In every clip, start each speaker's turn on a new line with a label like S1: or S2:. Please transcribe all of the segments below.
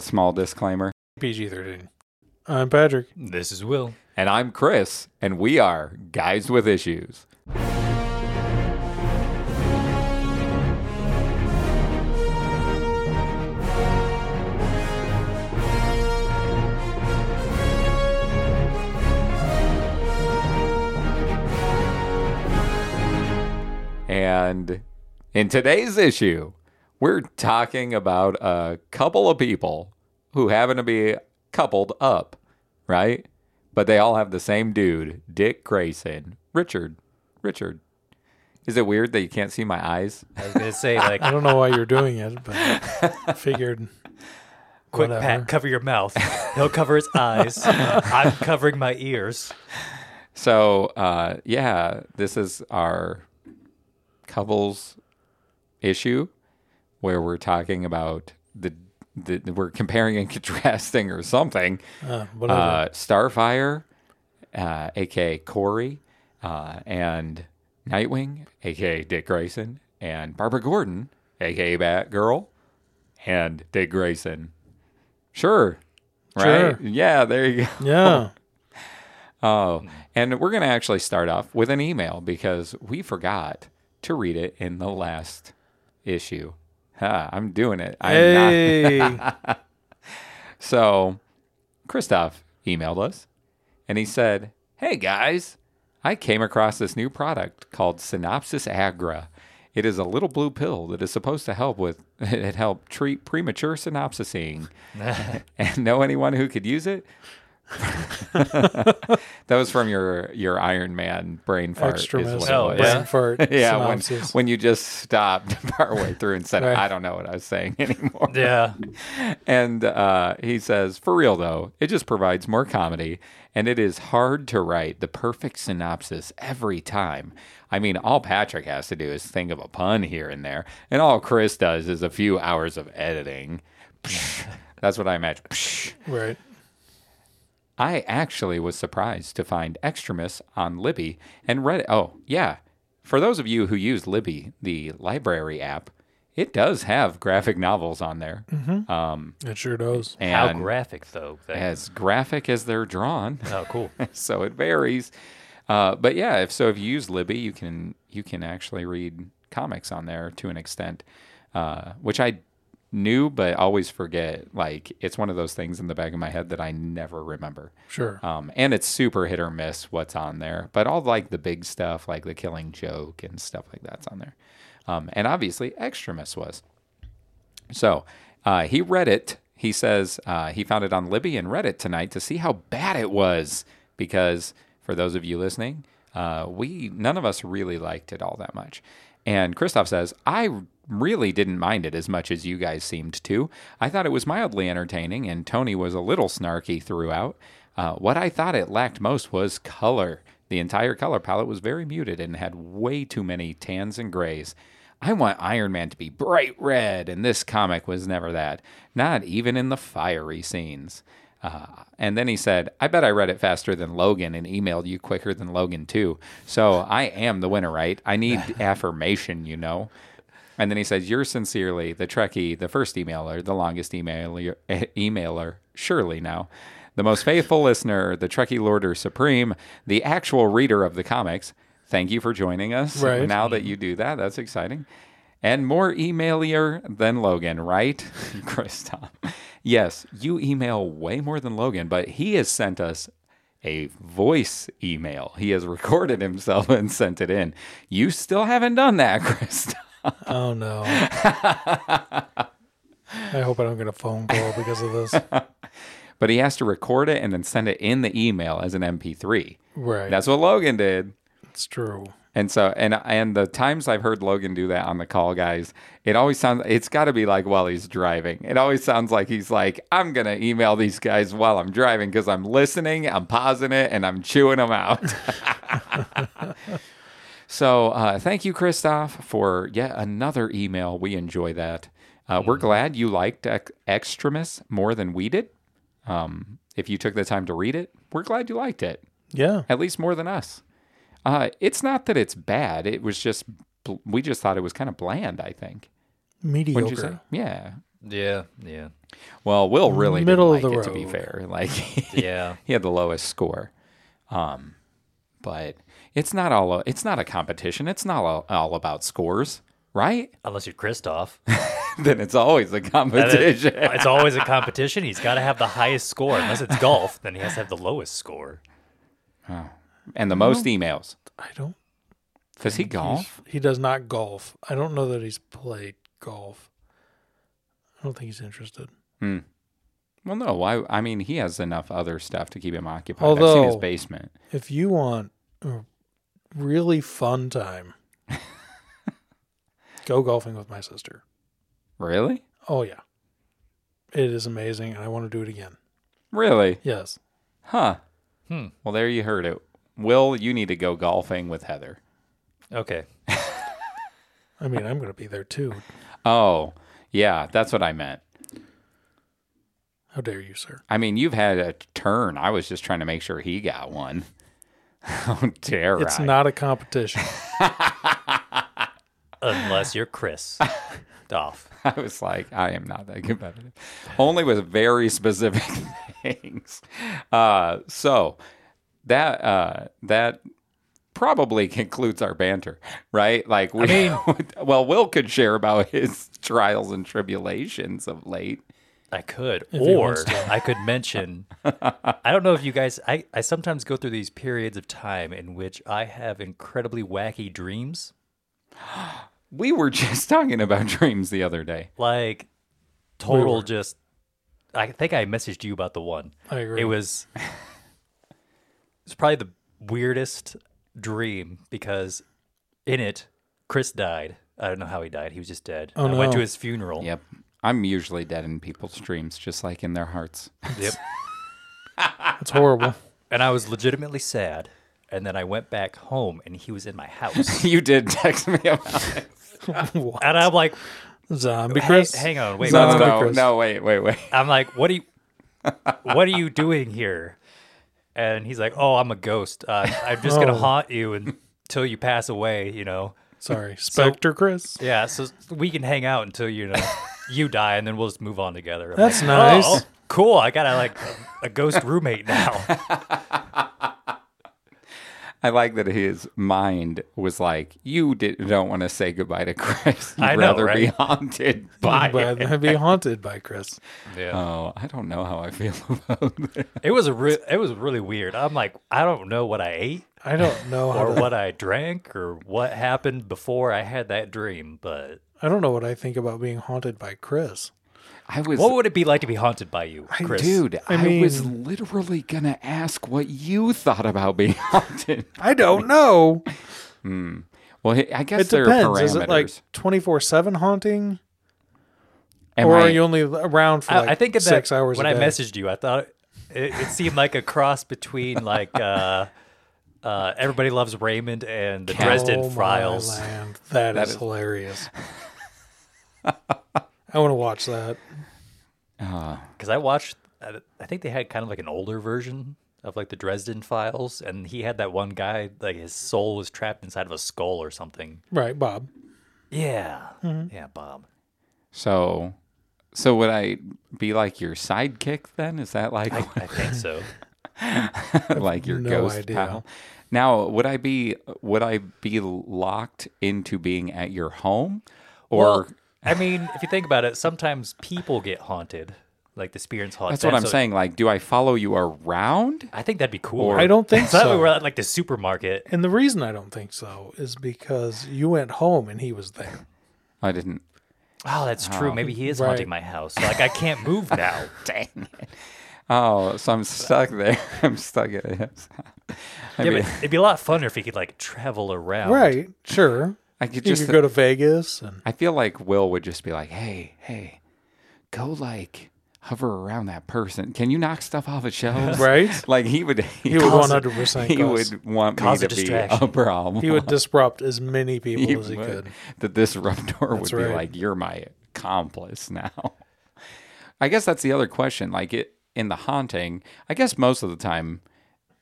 S1: Small disclaimer.
S2: PG 13. I'm Uh, Patrick.
S3: This is Will.
S1: And I'm Chris, and we are Guys with Issues. And in today's issue, we're talking about a couple of people who happen to be coupled up, right? But they all have the same dude, Dick Grayson. Richard. Richard. Is it weird that you can't see my eyes?
S3: I was gonna say like,
S2: I don't know why you're doing it, but I figured
S3: quick
S2: whatever.
S3: Pat, cover your mouth. He'll cover his eyes. I'm covering my ears.
S1: So, uh, yeah, this is our couples issue where we're talking about the, the we're comparing and contrasting or something.
S2: uh, whatever.
S1: uh, Starfire, uh, aka Corey, uh, and Nightwing, aka Dick Grayson, and Barbara Gordon, aka Batgirl, and Dick Grayson. Sure, right?
S2: Sure.
S1: Yeah, there you go.
S2: yeah.
S1: Oh, and we're gonna actually start off with an email because we forgot to read it in the last issue. Ha, I'm doing it. I'm not.
S2: Hey.
S1: So Christoph emailed us and he said, Hey guys, I came across this new product called Synopsis Agra. It is a little blue pill that is supposed to help with it help treat premature synopsising. and know anyone who could use it? that was from your your Iron Man brain fart.
S2: Extra
S1: is
S2: mess.
S1: what it
S3: Oh,
S1: was.
S2: brain
S3: yeah.
S2: fart.
S1: Yeah, when,
S2: synopsis.
S1: when you just stopped partway through and said,
S2: Right.
S1: I don't know what I was saying anymore.
S3: Yeah.
S1: And uh, he says, for real though, it just provides more comedy, and it is hard to write the perfect synopsis every time. I mean, all Patrick has to do is think of a pun here and there, and all Chris does is a few hours of editing. Psh, That's what I imagine. Psh.
S2: right.
S1: I actually was surprised to find Extremis on Libby and read it. Oh, yeah. For those of you who use Libby, the library app, it does have graphic novels on there.
S2: It sure does.
S1: And
S3: How graphic though. that-
S1: as graphic as they're drawn,
S3: Oh, cool.
S1: so it varies. Uh, but yeah, if so, if you use Libby, you can you can actually read comics on there to an extent, uh, which I knew but always forget. Like it's one of those things in the back of my head that I never remember.
S2: Sure.
S1: Um, and it's super hit or miss what's on there, but all like the big stuff, like the Killing Joke and stuff like that's on there. Um, and obviously, Extremis was. So uh, he read it. He says uh, he found it on Libby and read it tonight to see how bad it was. Because for those of you listening, uh, we none of us really liked it all that much. And Christoph says, I really didn't mind it as much as you guys seemed to. I thought it was mildly entertaining, and Tony was a little snarky throughout. Uh, what I thought it lacked most was color. The entire color palette was very muted and had way too many tans and grays. I want Iron Man to be bright red, and this comic was never that, not even in the fiery scenes. Uh, and then he said, I bet I read it faster than Logan and emailed you quicker than Logan, too. So I am the winner, right? I need affirmation, you know? And then he says, You're sincerely the Trekkie, the first emailer, the longest emailer, emailer surely now. The most faithful listener, the Trekkie Lorder Supreme, the actual reader of the comics. Thank you for joining us.
S2: Right.
S1: Now that you do that, that's exciting. And more emailier than Logan, right? Kristoff. Yes, you email way more than Logan, but he has sent us a voice email. He has recorded himself and sent it in. You still haven't done that, Kristoff.
S2: oh no. I hope I don't get a phone call because of this.
S1: but he has to record it and then send it in the email as an MP3.
S2: Right.
S1: That's what Logan did.
S2: it's true.
S1: And so and and the times I've heard Logan do that on the call guys, it always sounds it's got to be like while he's driving. It always sounds like he's like I'm going to email these guys while I'm driving cuz I'm listening, I'm pausing it and I'm chewing them out. So uh, thank you, Christoph, for yet another email. We enjoy that. Uh, We're glad you liked Ex- Extremis more than we did. Um, if you took the time to read it, we're glad you liked it,
S2: Yeah.
S1: at least more than us. Uh, it's not that it's bad. It was just bl- we just thought it was kind of bland. I think. Wouldn't you
S2: Mediocre.
S1: say? Yeah.
S3: Yeah. Yeah.
S1: Well, Will really didn't
S2: Middle of
S1: like
S2: the
S1: it to be
S2: road.
S1: fair. Like
S3: Yeah.
S1: he had the lowest score. Um, but it's not all it's not a competition. It's not all, all about scores, right?
S3: Unless you're Kristoff.
S1: then it's always a competition.
S3: it's always a competition. He's got to have the highest score. Unless it's golf, then he has to have the lowest score.
S1: and the most emails.
S2: I don't.
S1: Does he golf?
S2: He does not golf. I don't know that he's played golf. I don't think he's interested.
S1: Well, no. Why? I mean, he has enough other stuff to keep him occupied. I've seen his
S2: Although-
S1: basement.
S2: If you want a really fun time, go golfing with my sister.
S1: Really?
S2: Oh yeah. It is amazing and I want to do it again.
S1: Really?
S2: Yes.
S1: Huh.
S3: Hmm.
S1: Well, there you heard it. Will, you need to go golfing with Heather.
S3: Okay.
S2: I mean, I'm going to be there too.
S1: Oh, yeah. That's what I meant.
S2: How dare you, sir?
S1: I mean, you've had a turn. I was just trying to make sure he got one. How dare
S2: It's
S1: I?
S2: not a competition.
S3: Unless you're Chris. Doff.
S1: I was like, I am not that competitive. Only with very specific things. Uh, so that uh, that probably concludes our banter, right? Like we, well, Will could share about his trials and tribulations of late.
S3: I could,
S2: he
S3: or
S2: wants
S3: I could mention. I don't know if you guys. I, I sometimes go through these periods of time in which I have incredibly wacky dreams.
S1: We were just talking about dreams the other day.
S3: Like total, just. I think I messaged you about the one.
S2: I agree.
S3: It was. It's probably the weirdest dream because, in it, Chris died. I don't know how he died. He was just dead.
S2: Oh,
S3: I went to
S2: no.
S3: his funeral.
S1: Yep. I'm usually dead in people's dreams, just like in their hearts.
S3: Yep.
S2: It's horrible.
S3: And I was legitimately sad. And then I went back home, and he was in my house.
S1: you did text me about it.
S2: What?
S3: And I'm like,
S2: Zombie
S3: Hey,
S2: Chris.
S3: hang on, wait,
S1: No,
S2: Zombie
S1: no,
S2: Chris.
S1: no, wait, wait, wait.
S3: I'm like, what are you, what are you doing here? And he's like, oh, I'm a ghost. Uh, I'm just gonna
S2: Oh.
S3: haunt you until you pass away. You know.
S2: Sorry. Spectre Chris.
S3: Yeah. So we can hang out until you know you die, and then we'll just move on together. I'm
S2: That's
S3: like,
S2: nice.
S3: "Oh, cool. I got a, like a, a ghost roommate now.
S1: I like that his mind was like, "You did, don't want to say goodbye to Chris. You'd
S3: I know,
S1: rather be
S3: right?
S1: haunted by."
S2: But
S1: it."
S2: I'd be haunted by Chris.
S3: Yeah.
S1: Oh, I don't know how I feel about that.
S3: It was a re- it was really weird. I'm like, I don't know what I ate
S2: I don't know how
S3: or
S2: to-
S3: what I drank or what happened before I had that dream, but
S2: I don't know what I think about being haunted by Chris.
S1: I was,
S3: what would it be like to be haunted by you,
S1: I-
S3: Chris?
S1: dude. I,
S2: I mean-
S1: was literally gonna ask what you thought about being haunted.
S2: I don't know.
S1: Well, I guess
S2: It
S1: there are
S2: depends.
S1: parameters.
S2: Is it like 24/7 haunting
S1: Am
S2: or
S1: I-
S2: are you only around for
S3: I,
S2: like
S3: I think in that,
S2: 6 hours
S3: when
S2: a
S3: I
S2: day?
S3: messaged you, I thought it, it seemed like a cross between like uh, uh, Everybody Loves Raymond and the Dresden
S2: Oh my
S3: Files.
S2: land. That is,
S1: is-
S2: hilarious. I want to watch that.
S3: Because I watched, I I think they had kind of like an older version of like the Dresden Files, and he had that one guy like his soul was trapped inside of a skull or something. Mm-hmm.
S2: Right, Bob.
S3: Yeah, yeah, Bob.
S1: so? So would I be like your sidekick then? Is that like
S3: I think so.
S1: like your
S2: no
S1: ghost
S2: idea.
S1: pal? Now, would I be would I be locked into being at your home, or?
S3: Well, I mean, if you think about it, sometimes people get haunted, like the spirits haunt.
S1: That's what
S3: them,
S1: I'm
S3: so
S1: saying. Like, do I follow you around?
S3: I think that'd be cool.
S2: I don't think
S3: So that way we're
S2: so.
S3: at like the supermarket.
S2: And the reason I don't think so is because you went home and he was there.
S1: I didn't.
S3: Oh, that's true.
S1: Uh-huh.
S3: Maybe he is haunting
S2: right.
S3: my house. Like I can't move now.
S1: Dang it. Oh, so I'm stuck there. I'm stuck at his. I
S3: yeah,
S1: mean,
S3: but it'd be a lot funner if he could like travel around.
S2: Right, sure.
S1: I could
S2: You
S1: just.
S2: could go to Vegas and
S1: I feel like Will would just be like, "Hey, hey, go like hover around that person. Can you knock stuff off of shelves?"
S2: right?
S1: Like he would. He,
S2: He would
S1: cause-
S2: 100%
S1: He
S2: cause-
S1: would want me
S3: cause
S1: to
S3: a
S1: be a
S3: distraction.
S1: problem.
S2: He would disrupt as many people
S1: He
S2: as he
S1: would.
S2: could.
S1: The disruptor would be
S2: right.
S1: like, "You're my accomplice now." I guess that's the other question. Like it in the haunting, I guess most of the time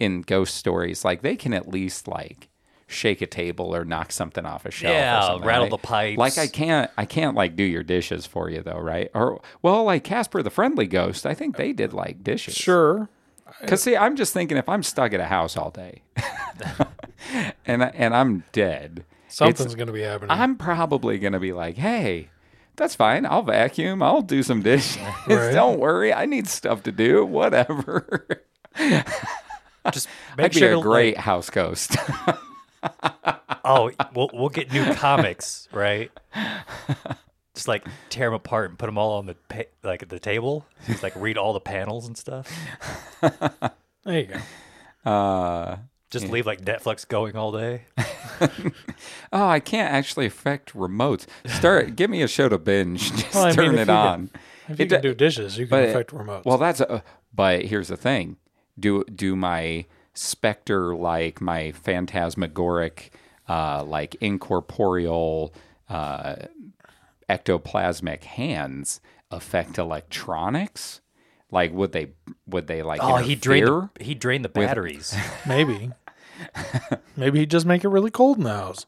S1: in ghost stories, like they can at least like shake a table or knock something off a shelf.
S3: Yeah,
S1: or something,
S3: rattle
S1: right?
S3: the pipes.
S1: Like I can't, I can't like do your dishes for you though, right? Or well, like Casper the Friendly Ghost, I think they did like dishes.
S2: Sure.
S1: Cause see, I'm just thinking if I'm stuck at a house all day, and I- and I'm dead, it's-
S2: Something's going to be happening.
S1: I'm probably gonna be like, hey. That's fine. I'll vacuum. I'll do some dishes.
S2: Right.
S1: Don't worry. I need stuff to do. Whatever.
S3: Just make
S1: I'd be
S3: sure to,
S1: a
S3: like-
S1: great house ghost.
S3: oh, we'll we'll get new comics, right? Just like tear them apart and put them all on the pa- like at the table. Just like read all the panels and stuff.
S2: there you go.
S1: uh,
S3: Just leave like Netflix going all day.
S1: oh, I can't actually affect remotes. Start. give me a show to binge. Just
S2: Well, I mean,
S1: turn
S2: if you
S1: it
S2: can-
S1: on.
S2: If you
S1: It
S2: can
S1: do-
S2: do dishes, you can
S1: but-
S2: affect remotes.
S1: Well, that's. A, but here's the thing. Do do my specter like my phantasmagoric, uh, like incorporeal, uh, ectoplasmic hands affect electronics? Like would they would they like
S3: Oh, he drained
S1: interfere?
S3: the, he drained the batteries.
S2: Maybe. Maybe he'd just make it really cold in the house.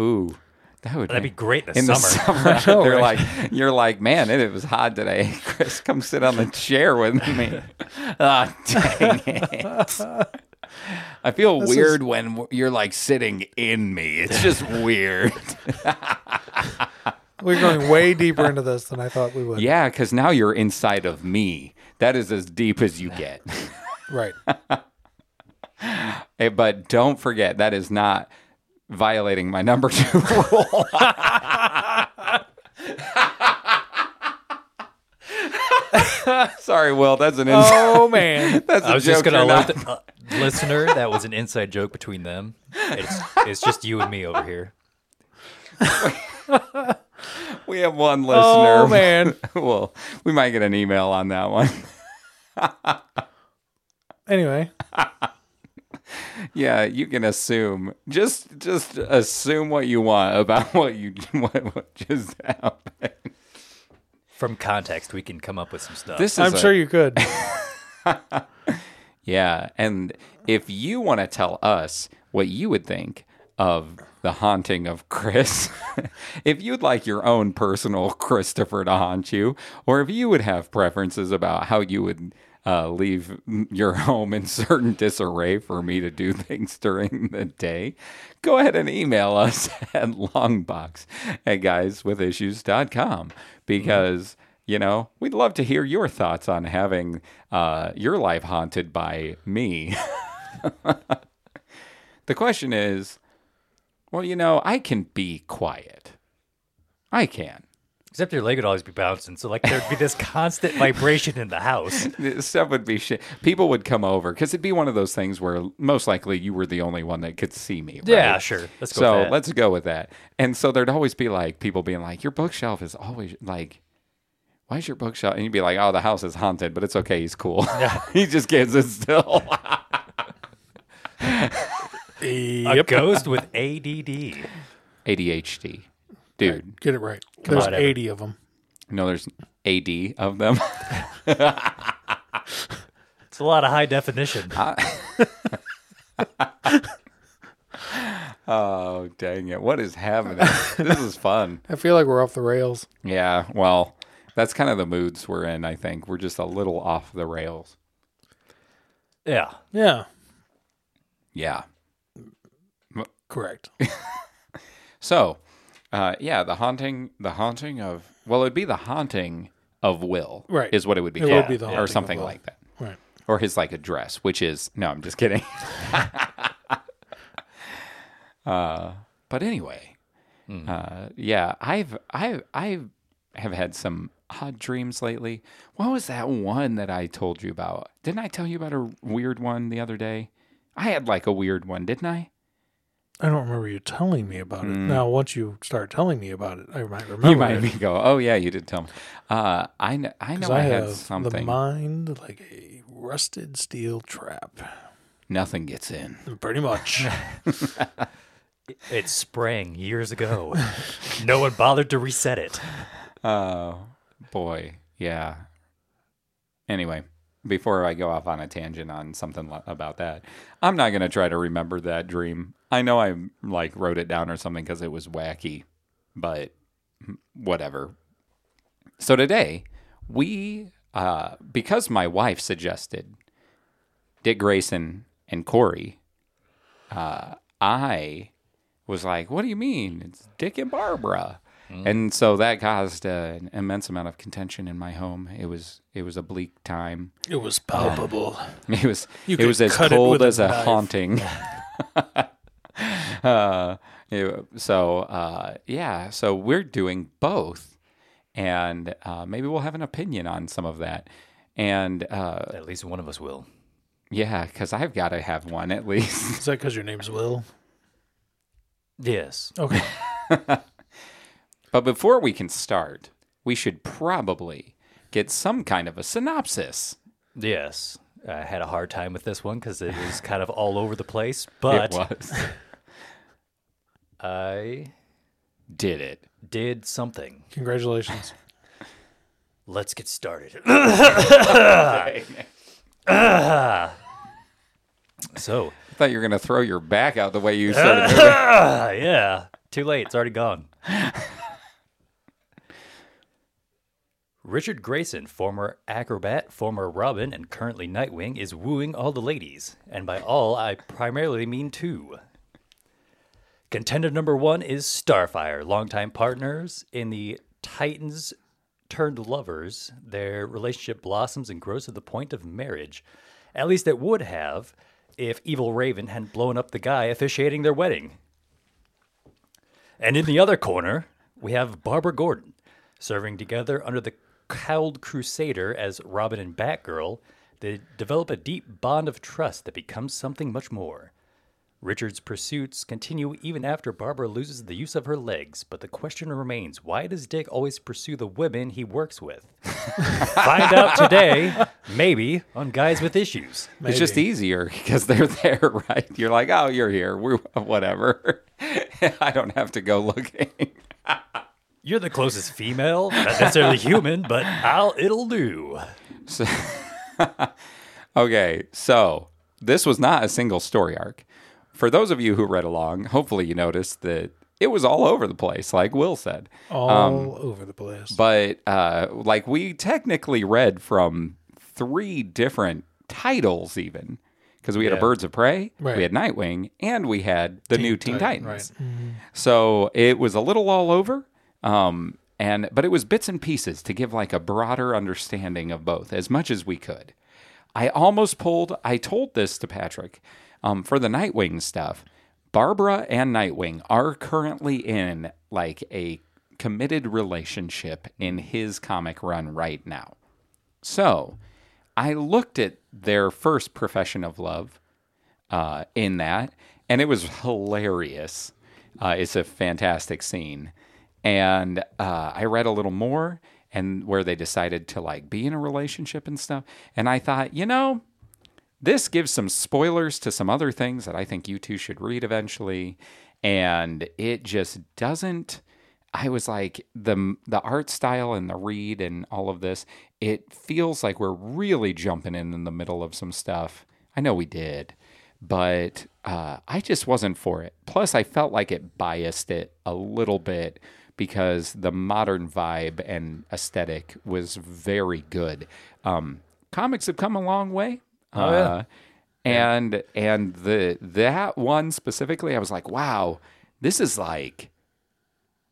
S1: Ooh, that would
S3: That'd be
S1: make-
S3: great in the
S1: in
S3: summer.
S1: the summer. they're like, you're like, man, it, it was hot today. Chris, come sit on the chair with me. Ah, dang it. I feel weird when w- you're like sitting in me. It's just weird.
S2: We're going way deeper into this than I thought we would.
S1: yeah, because now you're inside of me. That is as deep as you get.
S2: Right.
S1: Eh, but don't forget, that is not violating my number two rule. Sorry, Will. That's an inside.
S2: Oh man.
S1: That's a
S3: I was just
S1: joke
S3: gonna
S1: you're
S3: let
S1: not-
S3: the uh, listener that was an inside joke between them. It's it's just you and me over here.
S1: We have one listener.
S2: Oh man.
S1: well, we might get an email on that one.
S2: Anyway,
S1: yeah, you can assume. Just just assume what you want about what you what, what just happened.
S3: From context, we can come up with some stuff.
S1: This is
S2: I'm
S1: a-
S2: sure you could.
S1: Yeah, and if you want to tell us what you would think of the haunting of Chris, if you'd like your own personal Christopher to haunt you, or if you would have preferences about how you would uh, leave your home in certain disarray for me to do things during the day, go ahead and email us at longbox at guyswithissues.com because you know we'd love to hear your thoughts on having uh, your life haunted by me the question is well you know i can be quiet i can
S3: Except your leg would always be bouncing, so like there'd be this constant vibration in the house.
S1: This stuff would be shit people would come over because it'd be one of those things where most likely you were the only one that could see me right?
S3: Yeah, sure. Let's go.
S1: so
S3: with that.
S1: let's go with that and so there'd always be like people being like your bookshelf is always like why is your bookshelf and you'd be like oh the house is haunted but it's okay he's cool he just can't sit still
S3: a ghost with ADD.
S1: ADHD. Dude,
S2: Get it right. There's
S3: on, Evan.
S2: 80 of them.
S1: no, there's AD of them.
S3: It's a lot of high definition.
S1: oh, dang it. What is happening? this is fun.
S2: I feel like we're off the rails.
S1: Yeah, well, that's kind of the moods we're in, I think. We're just a little off the rails.
S3: yeah,
S2: Yeah.
S1: Yeah.
S2: Correct.
S1: So, uh, yeah, the haunting, the haunting of, well, it'd be the haunting of Will,
S2: Right.
S1: Is what it would be
S2: It would
S1: called,
S2: be the haunting
S1: or
S2: of
S1: something
S2: Will.
S1: like that,
S2: Right.
S1: or his like address, which is no, I'm just kidding. uh, Uh, but anyway,
S2: Hmm.
S1: uh, yeah, I've I I have had some odd dreams lately. What was that one that I told you about? Didn't I tell you about a weird one the other day? I had like a weird one, didn't I?
S2: I don't remember you telling me about it. Now, once you start telling me about it, I might remember.
S1: Mm. You might
S2: it.
S1: be go. Oh yeah, you did tell me. Uh, I kn- I know
S2: 'Cause
S1: I,
S2: I
S1: had
S2: have the
S1: something.
S2: mind like a rusted steel trap.
S1: Nothing gets in.
S2: Pretty much.
S3: it sprang years ago. No one bothered to reset it.
S1: Oh boy, yeah. Anyway, before I go off on a tangent on something li- about that, I'm not going to try to remember that dream. I know I like wrote it down or something because it was wacky, but whatever. So today we, uh, because my wife suggested Dick Grayson and Corey, uh, I was like, "What do you mean? It's Dick and Barbara."
S2: Mm-hmm.
S1: And so that caused uh, an immense amount of contention in my home. It was it was a bleak time.
S2: It was palpable.
S1: It was
S2: You
S1: it
S2: could
S1: was as
S2: cut it
S1: cold
S2: with a
S1: as a
S2: knife.
S1: haunting. uh, it- so uh, yeah, so we're doing both, and uh, maybe we'll have an opinion on some of that. And uh,
S3: At least one of us will.
S1: yeah, because I've got to have one at least.
S2: Is that because your name's Will?
S3: Yes.
S2: Okay.
S1: but before we can start, we should probably get some kind of a synopsis.
S3: Yes. I had a hard time with this one because it was kind of all over the place, but
S1: it was
S3: I
S1: did it.
S3: did something.
S2: Congratulations.
S3: Let's get started. so,
S1: I thought you were gonna throw your back out the way you started. moving.
S3: uh, yeah, too late. It's already gone. Richard Grayson, former acrobat, former Robin, and currently Nightwing, is wooing all the ladies. And by all, I primarily mean two. Contender number one is Starfire, longtime partners in the Titans turned lovers. Their relationship blossoms and grows to the point of marriage. At least it would have if Evil Raven hadn't blown up the guy officiating their wedding. And in the other corner, we have Barbara Gordon, serving together under the Cowled Crusader as Robin and Batgirl. They develop a deep bond of trust that becomes something much more. Richard's pursuits continue even after Barbara loses the use of her legs, but the question remains why does Dick always pursue the women he works with? Find out today, maybe, on Guys with Issues.
S1: It's just easier because they're there, right? You're like, oh, you're here. We're whatever. I don't have to go looking.
S3: You're the closest female, not necessarily human, but I'll it'll do.
S1: Okay, so this was not a single story arc. For those of you who read along, hopefully you noticed that it was all over the place, like Will said.
S2: Um, All over the place.
S1: But uh, like we technically read from three different titles, even because we had a Birds of Prey,
S2: Right.
S1: we had Nightwing, and we had the new Teen
S2: Titan,
S1: Titans. Mm-hmm. So it was a little all over. Um, and but it was bits and pieces to give like a broader understanding of both as much as we could. I almost pulled. I told this to Patrick um, for the Nightwing stuff. Barbara and Nightwing are currently in like a committed relationship in his comic run right now. So I looked at their first profession of love uh, in that, and it was hilarious. Uh, it's a fantastic scene. And uh, I read a little more and where they decided to like be in a relationship and stuff. And I thought, you know, this gives some spoilers to some other things that I think you two should read eventually. And it just doesn't. I was like the the art style and the read and all of this. It feels like we're really jumping in in the middle of some stuff. I know we did, but uh, I just wasn't for it. Plus, I felt like it biased it a little bit because the modern vibe and aesthetic was very good. Um, comics have come a long way. Oh, yeah. and and the that one specifically, I was like, wow, this is like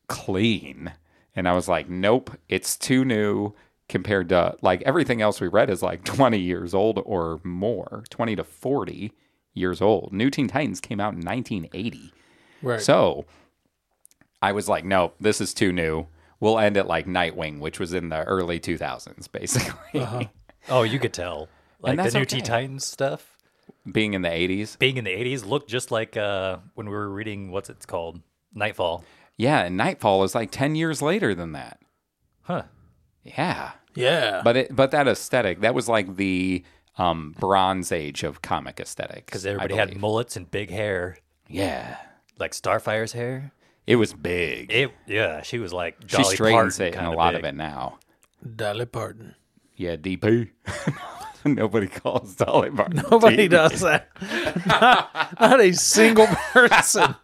S1: clean. And I was like, nope, it's too new compared to like everything else we read is like 20 years old or more, 20 to 40 years old. New Teen Titans came out in 1980.
S2: right.
S1: So I was like, nope, this is too new. We'll end at like Nightwing, which was in the early 2000s, basically,
S3: Oh, you could tell. Like the
S1: that's
S3: new
S1: okay.
S3: Teen Titans stuff
S1: being in the 80s.
S3: being in the 80s looked just like uh, when we were reading what's it's called? Nightfall.
S1: Yeah, and Nightfall is like 10 years later than that.
S3: Huh.
S1: Yeah.
S2: yeah.
S1: But it, but that aesthetic, that was like the um, Bronze Age of comic aesthetic.
S3: Because everybody had mullets and big hair,
S1: Yeah.
S3: like Starfire's hair.
S1: It was big.
S3: It yeah, she was like
S1: she
S3: Dolly
S1: straightens
S3: Parton
S1: it in a
S3: kinda
S1: lot
S3: big.
S1: of it now.
S2: Dolly Parton.
S1: Yeah, DP. Nobody calls Dolly Parton. Tina.
S2: Nobody does that. Not, not a single person.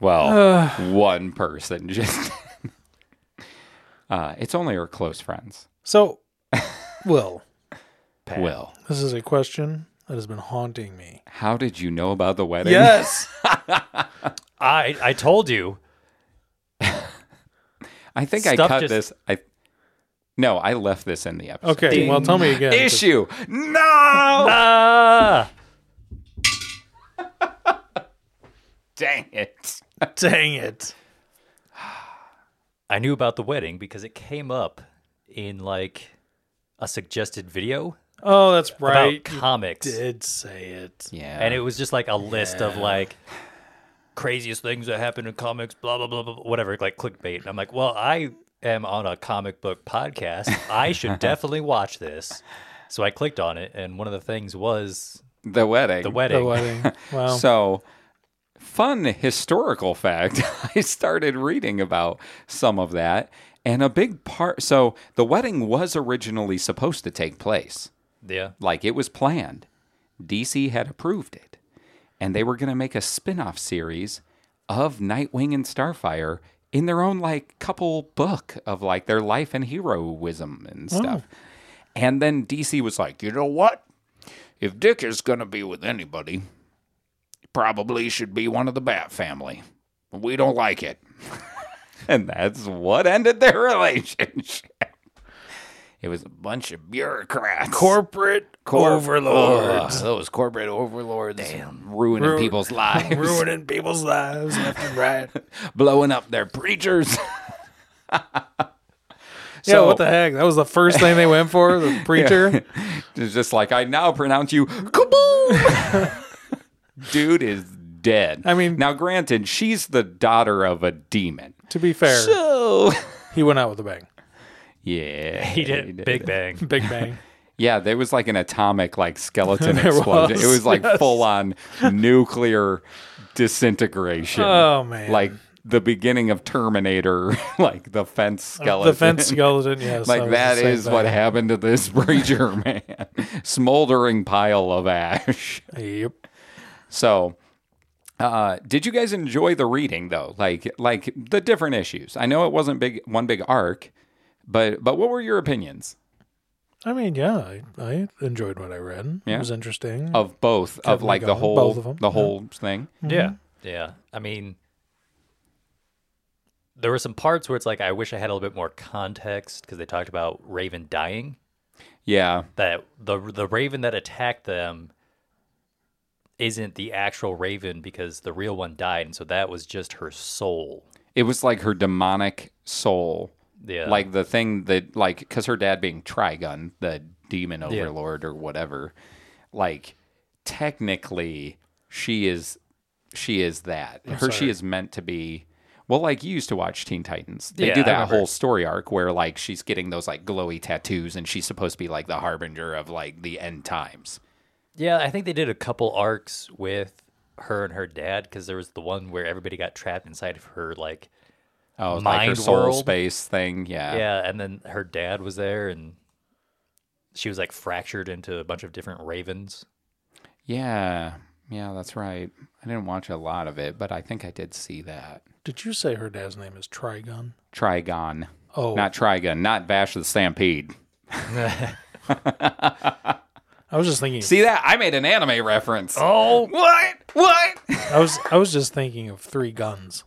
S1: Well, one person just. uh, it's only her close friends.
S2: So, Will,
S3: Pat.
S1: Will,
S2: this is a question that has been haunting me.
S1: how did you know about the wedding?
S2: Yes.
S3: I I told you.
S1: I think I
S3: Stuff
S1: cut
S3: just-
S1: this. I no, I left this in the episode.
S2: Okay. Well, tell me again. 'cause
S1: Issue no.
S3: Ah,
S1: Dang it.
S2: Dang it.
S3: I knew about the wedding because it came up in like a suggested video
S2: Oh, that's right.
S3: about
S2: You
S3: comics,
S2: did say it.
S1: Yeah.
S3: and it was just like a list of like craziest things that happen in comics, blah blah blah blah, blah, whatever, like clickbait. And I'm like, well, I am on a comic book podcast. I should definitely watch this. So I clicked on it, and one of the things was
S1: the wedding.
S3: the
S2: The
S3: wedding.
S2: wedding. Wow.
S1: So, fun historical fact I started reading about some of that. And a big part, so the wedding was originally supposed to take place.
S3: yeah,
S1: Like it was planned. DC had approved it. And they were going to make a spin off series of Nightwing and Starfire in their own, like, couple book of, like, their life and heroism and stuff. And then DC was like, you know what? If Dick is going to be with anybody, probably should be one of the Bat family. We don't like it. and that's what ended their relationship. It was a bunch of bureaucrats.
S2: corporate
S1: Corp-
S2: overlords.
S1: Ugh, those corporate overlords ruining
S2: Ru-
S1: people's lives,
S2: Ruining people's lives left and right.
S1: blowing up their preachers.
S2: yeah, what the heck? That was the first thing they went for, the preacher.
S1: It's just like I now pronounce you kaboom. Dude is dead.
S2: I mean-
S1: now granted, she's the daughter of a demon.
S2: To be fair,
S1: So
S2: he went out with a bang.
S1: yeah,
S3: he did Big Bang.
S2: Big bang.
S1: Yeah, there was like an atomic like skeleton
S2: There
S1: explosion.
S2: was,
S1: it was like
S2: yes.
S1: full on nuclear disintegration.
S2: Oh, man.
S1: Like the beginning of Terminator, like the fence skeleton.
S2: Uh, The fence skeleton, yes.
S1: Like
S2: was the
S1: that
S2: same
S1: is what
S2: thing.
S1: happened to this preacher man. Smoldering pile of ash.
S2: Yep.
S1: So, uh, did you guys enjoy the reading though? Like, like the different issues. I know it wasn't big one big arc, but but what were your opinions
S2: I mean, yeah, I, I enjoyed what I read.
S1: Yeah. Oh.
S2: It was interesting.
S1: of both of
S2: Definitely
S1: like the
S2: got it.
S1: whole
S2: Both of 'em,
S1: the
S2: yeah.
S1: whole thing?
S3: Yeah. Yeah. I mean, there were some parts where it's like, I wish I had a little bit more context because they talked about Raven dying.
S1: Yeah,
S3: That the the Raven that attacked them isn't the actual Raven because the real one died, and so that was just her soul.
S1: it was like her demonic soul.
S3: Yeah.
S1: Like the thing that like because her dad being Trigun, the demon overlord or whatever, like technically she is she is that. her she is meant to be. Well, like you used to watch Teen Titans, they
S3: Yeah,
S1: do
S3: I
S1: that
S3: remember.
S1: whole story arc where like she's getting those like glowy tattoos and she's supposed to be like the harbinger of like the end times.
S3: Yeah, I think they did a couple arcs with her and her dad because there was the one where everybody got trapped inside of her like
S1: Oh, it's like her
S3: Mind
S1: soul
S3: world?
S1: space thing. Yeah.
S3: Yeah, and then her dad was there, and she was like fractured into a bunch of different ravens.
S1: Yeah. Yeah, that's right. I didn't watch a lot of it, but I think I did see that.
S2: Did you say her dad's name is Trigon?
S1: Trigon.
S2: Oh,
S1: Not Trigon, not Bash the Stampede.
S2: I was just thinking.
S1: See that? I made an anime reference.
S3: Oh,
S1: What? What?
S2: I was I was just thinking of three guns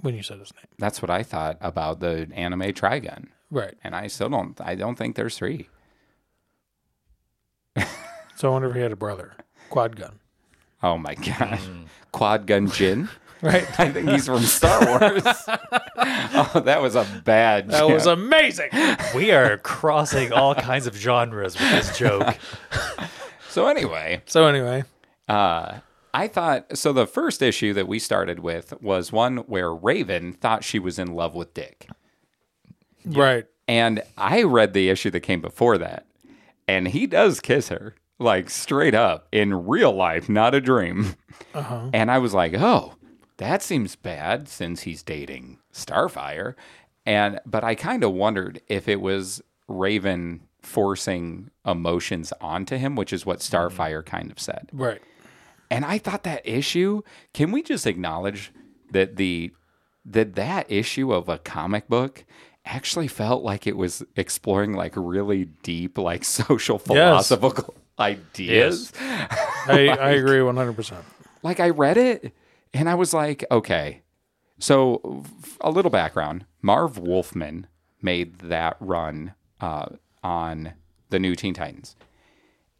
S2: when you said his name.
S1: That's what I thought about the anime Trigun.
S2: Right.
S1: And I still don't I don't think there's three.
S2: So I wonder if he had a brother, quad gun.
S1: Oh my gosh. Quad Gun Jin.
S2: Hmm. Right.
S1: I think he's from Star Wars. oh, that was a bad
S2: That was
S1: joke.
S2: amazing.
S3: we are crossing all kinds of genres with this joke.
S1: So anyway,
S2: So anyway,
S1: Uh, I thought so. The first issue that we started with was one where Raven thought she was in love with Dick,
S2: right.
S1: and I read the issue that came before that, and he does kiss her like straight up in real life, not a dream. And I was like, oh, that seems bad since he's dating Starfire. And but I kind of wondered if it was Raven forcing emotions onto him, which is what Starfire kind of said.
S2: Right.
S1: And I thought that issue, can we just acknowledge that the that that issue of a comic book actually felt like it was exploring like really deep like social philosophical ideas.
S2: I, I agree 100%.
S1: Like I read it and I was like, okay. So f- a little background. Marv Wolfman made that run uh, on the new Teen Titans.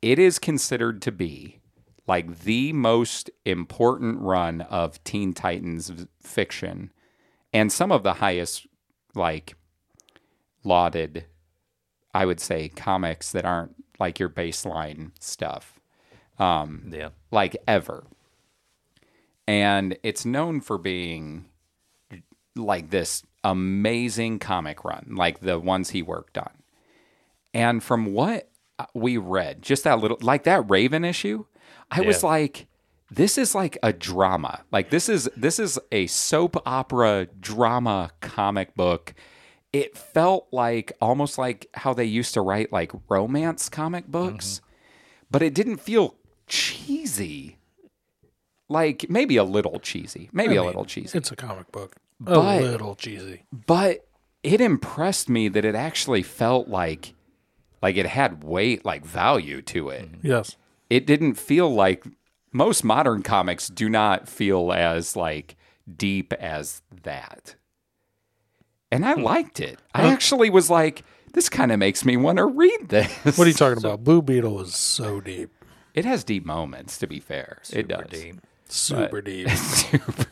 S1: It is considered to be like the most important run of Teen Titans v- fiction and some of the highest like lauded I would say comics that aren't like your baseline stuff
S3: Yeah.
S1: like ever. And it's known for being like this amazing comic run, like the ones he worked on. And from what uh, we read, just that little, like that Raven issue, I was
S3: Yeah.
S1: like, this is like a drama. Like this is this is a soap opera drama comic book. It felt like almost like how they used to write like romance comic books but it didn't feel cheesy. Like maybe a little cheesy, maybe a little cheesy,
S2: It's a comic book.
S1: But-
S2: a little cheesy.
S1: but it impressed me that it actually felt like, like it had weight, like value to it.
S2: Yes.
S1: It didn't feel like most modern comics do not feel as like deep as that. And I liked it. I actually was like, this kind of makes me want to read this.
S2: What are you talking about? Blue Beetle is so deep.
S1: It has deep moments, to be fair. it does.
S3: Deep.
S2: Super deep.
S1: Super-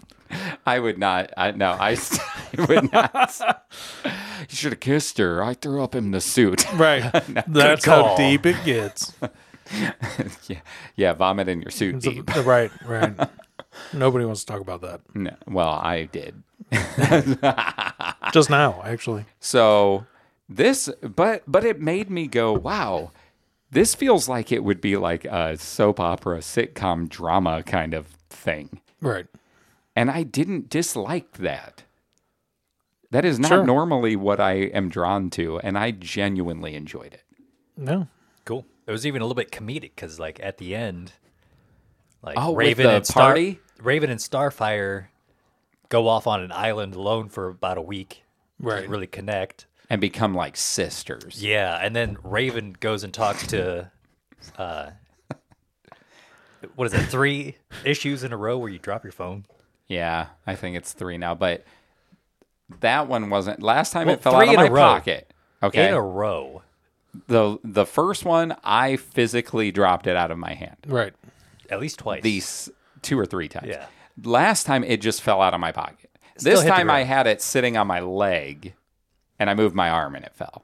S1: I would not. I no. I, st- I would not. you should have kissed her. I threw up in the suit.
S2: Right. That's
S3: call.
S2: how deep it gets.
S1: yeah, yeah. Vomit in your suit.
S2: It's a-
S1: Deep.
S2: Uh, right, right. Nobody wants to talk about that.
S1: No, well, I did.
S2: Just now, actually.
S1: So this, but but it made me go, wow. This feels like it would be like a soap opera, sitcom drama kind of thing,
S2: Right.
S1: and I didn't dislike that. That is not
S2: Sure.
S1: normally what I am drawn to, and I genuinely enjoyed it.
S2: No.
S3: Cool. It was even a little bit comedic because, like, at the end, like
S1: Oh, with
S3: Raven
S1: the
S3: and Star-
S1: party?
S3: Raven and Starfire go off on an island alone for about a week.
S2: Right.
S3: Really connect.
S1: and become like sisters.
S3: Yeah, and then Raven goes and talks to, uh, what is it? Three issues in a row where you drop your phone.
S1: Yeah, I think it's three now, but that one wasn't. Last time
S3: Well,
S1: it fell
S3: three
S1: out of
S3: in
S1: my
S3: a row.
S1: pocket. Okay,
S3: In a row.
S1: the the first one I physically dropped it out of my hand.
S2: Right.
S3: At least twice.
S1: These two or three times.
S3: Yeah.
S1: Last time it just fell out of my pocket.
S3: Still
S1: this
S3: hit the
S1: time I
S3: ground.
S1: had it sitting on my leg, and I moved my arm and it fell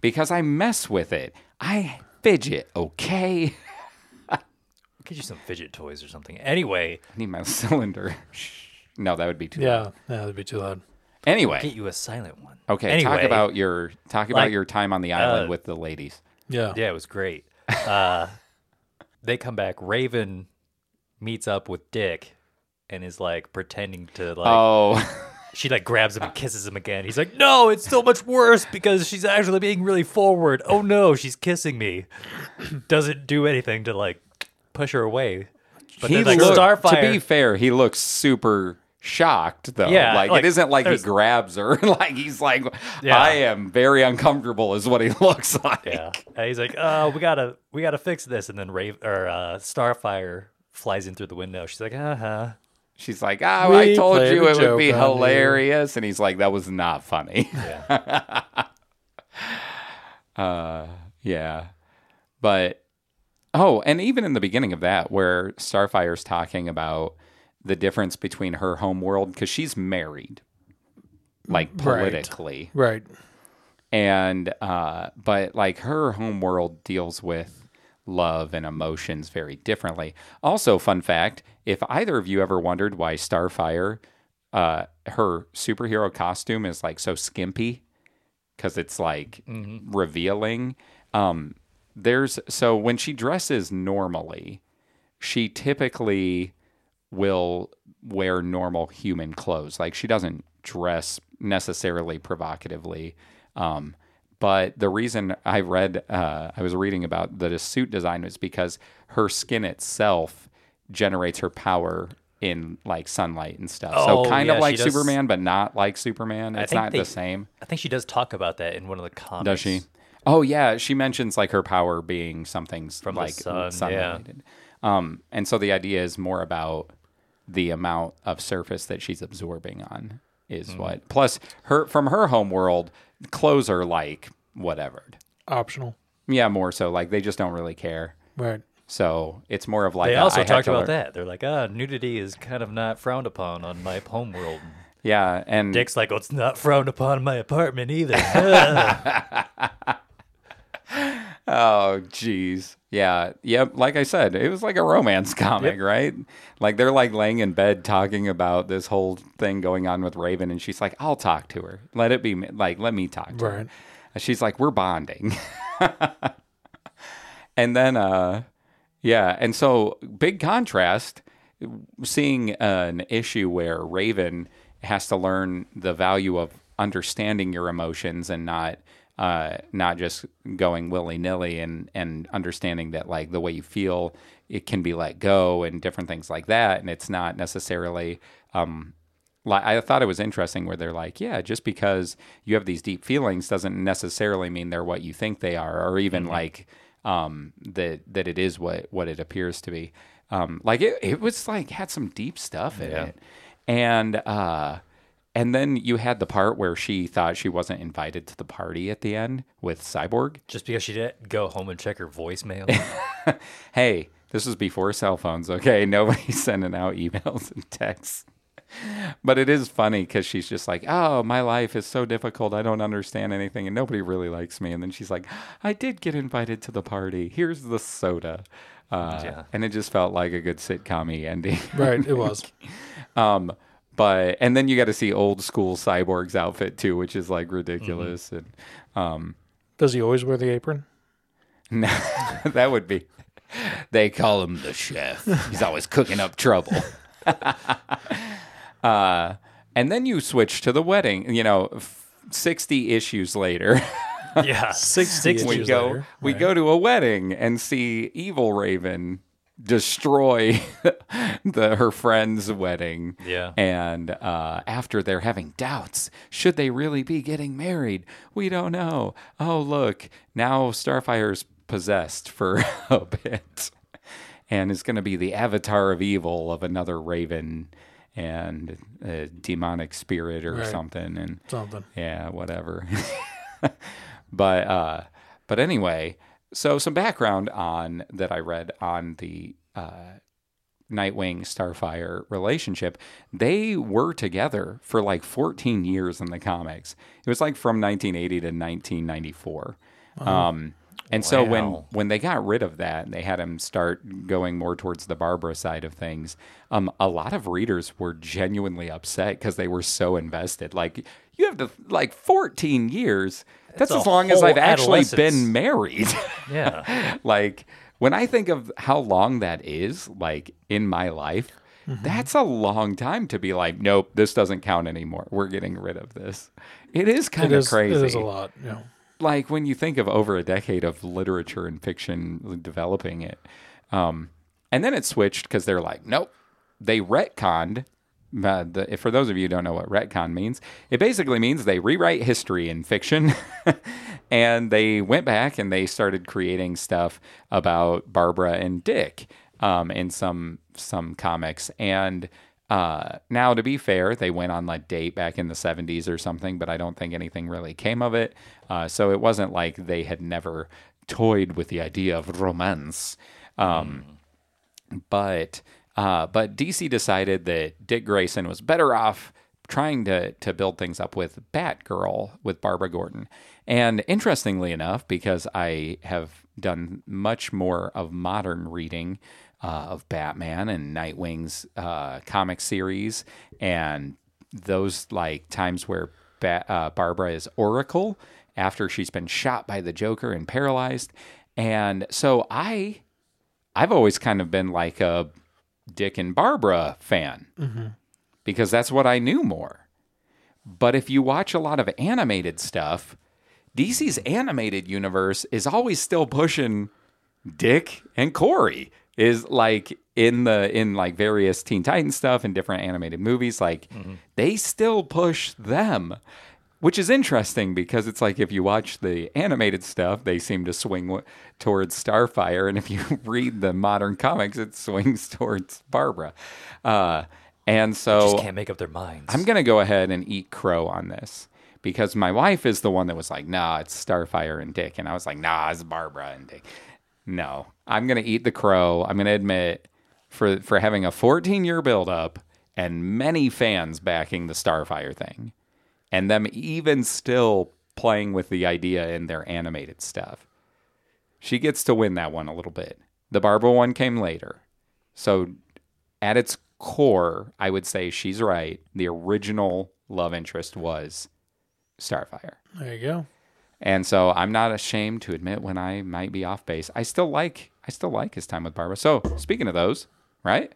S1: because I mess with it. I fidget. Okay,
S3: Get you some fidget toys or something. Anyway,
S1: I need my cylinder. Shh. no, that would be too.
S2: Yeah. Yeah, that'd be too loud.
S1: Anyway.
S3: get you a silent one.
S1: Okay,
S3: Anyway,
S1: talk about your talk about
S3: like,
S1: your time on the island
S3: uh,
S1: with the ladies.
S2: Yeah.
S3: Yeah, it was great. Uh, they come back. Raven meets up with Dick and is like pretending to like.
S1: Oh,
S3: She like grabs him and kisses him again. He's like, "No, it's so much worse because she's actually being really forward. Oh no, she's kissing me." Doesn't do anything to like push her away. But
S1: he
S3: then like
S1: looked,
S3: Starfire,
S1: To be fair, he looks super shocked though.
S3: Yeah,
S1: like,
S3: like,
S1: it isn't like he
S3: there's-
S1: grabs her. like he's like,
S3: Yeah.
S1: I am very uncomfortable, is what he looks like.
S3: yeah, and he's like, "Oh, we gotta, we gotta fix this." And then Rave or uh, Starfire flies in through the window. She's like, "Uh huh."
S1: She's like, oh,
S2: We
S1: I told
S2: played
S1: you
S2: a
S1: it would be
S2: joke on you."
S1: hilarious, and he's like, that was not funny.
S3: Yeah.
S1: Uh, Yeah. But oh, and even in the beginning of that, where Starfire's talking about the difference between her home world, because she's married, like
S2: Right.
S1: politically.
S2: Right.
S1: And uh, but like her home world deals with love and emotions very differently. Also, fun fact: if either of you ever wondered why Starfire, uh, her superhero costume is like so skimpy, because it's like
S3: Mm-hmm.
S1: revealing. Um, there's so when she dresses normally, she typically will wear normal human clothes. Like she doesn't dress necessarily provocatively. Um, but the reason I read, uh, I was reading about the suit design was because her skin itself generates her power in like sunlight and stuff.
S3: Oh,
S1: so kind
S3: yeah,
S1: of
S3: she
S1: like
S3: does-
S1: Superman, but not like Superman. It's
S3: think
S1: not
S3: they-
S1: the same.
S3: I think she does talk about that in one of the comics.
S1: Does she? Oh yeah, she mentions like her power being something's
S3: From the
S1: like
S3: sun, yeah.
S1: related. Um, and so the idea is more about the amount of surface that she's absorbing on is
S3: Hmm.
S1: what. Plus, her from her home world, clothes are like whatever.
S2: Optional.
S1: Yeah, more so like they just don't really care.
S2: Right.
S1: So it's more of like
S3: They
S1: a, I
S3: also
S1: had
S3: talked
S1: to
S3: about
S1: learn-
S3: that. They're like, ah, nudity is kind of not frowned upon on my home world.
S1: Yeah, and
S3: Dick's like, well, it's not frowned upon in my apartment either.
S1: Oh, jeez. Yeah. Yep. Like I said, it was like a romance comic, right? Like they're like laying in bed talking about this whole thing going on with Raven, and she's like, "I'll talk to her. Let it be me- like let me talk to her."
S2: Right.
S1: And she's like, "We're bonding." and then, uh, yeah, and so big contrast seeing an issue where Raven has to learn the value of understanding your emotions and not uh, not just going willy nilly and and understanding that like the way you feel it can be let go and different things like that and it's not necessarily um, like I thought it was interesting where they're like yeah just because you have these deep feelings doesn't necessarily mean they're what you think they are or even like um, that that it is what what it appears to be. Um, like it, it was like had some deep stuff in it, and uh, and then you had the part where she thought she wasn't invited to the party at the end with Cyborg.
S3: Just because she didn't go home and check her voicemail.
S1: Hey, this was before cell phones. Okay, nobody's sending out emails and texts. But it is funny because she's just like, "Oh, my life is so difficult. I don't understand anything, and nobody really likes me." And then she's like, "I did get invited to the party. Here's the soda," uh,
S3: Yeah.
S1: and it just felt like a good sitcom ending.
S2: Right. It was.
S1: Um, but and then you got to see old school cyborg's outfit too, which is like ridiculous, and um,
S2: Does he always wear the apron?
S1: that would be. They call him the chef. He's always cooking up trouble. uh, and then you switch to the wedding. You know, f- sixty issues later.
S3: yeah.
S2: 60
S3: Sixty.
S1: we
S2: Years
S1: go
S2: later,
S1: we
S2: right.
S1: go to a wedding and see evil raven destroy the her friend's wedding
S3: Yeah.
S1: and uh, after they're having doubts should they really be getting married we don't know oh look now starfire's possessed for a bit and is going to be the avatar of evil of another raven and a demonic spirit or
S2: Right.
S1: something and
S2: Something.
S1: yeah, whatever. but uh, but anyway, so some background on that I read on the uh, Nightwing Starfire relationship. They were together for like 14 years in the comics. It was like from 1980 to 1994. Um, and so when
S3: Wow.
S1: when they got rid of that and they had him start going more towards the Barbara side of things, um, a lot of readers were genuinely upset because they were so invested. Like you have to like 14 years. That's,
S3: That's
S1: as
S3: a
S1: long as
S3: whole
S1: I've actually
S3: adolescence.
S1: been married.
S3: Yeah.
S1: like when I think of how long that is, like in my life,
S2: Mm-hmm.
S1: that's a long time to be like, nope, this doesn't count anymore. We're getting rid of this. It is
S2: It
S1: kind of
S2: is.
S1: crazy
S2: It is a lot. Yeah.
S1: like when you think of over a decade of literature and fiction developing it, um, and then it switched because they're like, nope, they retconned. Uh, the, if- for those of you who don't know what retcon means, it basically means they rewrite history in fiction, and they went back and they started creating stuff about Barbara and Dick um, in some some comics. And uh, now, to be fair, they went on like date back in the '70s or something, but I don't think anything really came of it. Uh, so it wasn't like they had never toyed with the idea of romance. Um, but uh, but DC decided that Dick Grayson was better off trying to to build things up with Batgirl with Barbara Gordon. And interestingly enough, because I have done much more of modern reading uh, of Batman and Nightwing's uh, comic series and those like times where ba- uh, Barbara is Oracle after she's been shot by the Joker and paralyzed. And so I I've always kind of been like a Dick and Barbara fan because that's what I knew more. But if you watch a lot of animated stuff, DC's animated universe is always still pushing Dick and Corey is like in the in like various Teen Titans stuff and different animated movies like they still push them which is interesting because it's like if you watch the animated stuff they seem to swing w- towards Starfire and if you read the modern comics it swings towards Barbara uh and so
S3: Just can't make up their minds.
S1: I'm going to go ahead and eat crow on this because my wife is the one that was like, nah, it's Starfire and Dick. And I was like, nah, it's Barbara and Dick. No, I'm going to eat the crow. I'm going to admit for, for having a 14 year buildup and many fans backing the Starfire thing and them even still playing with the idea in their animated stuff. She gets to win that one a little bit. The Barbara one came later. So at its core, I would say she's right. The original love interest was Starfire.
S2: There you go.
S1: And so I'm not ashamed to admit when I might be off base. I still like I still like his time with Barbara. So speaking of those, right?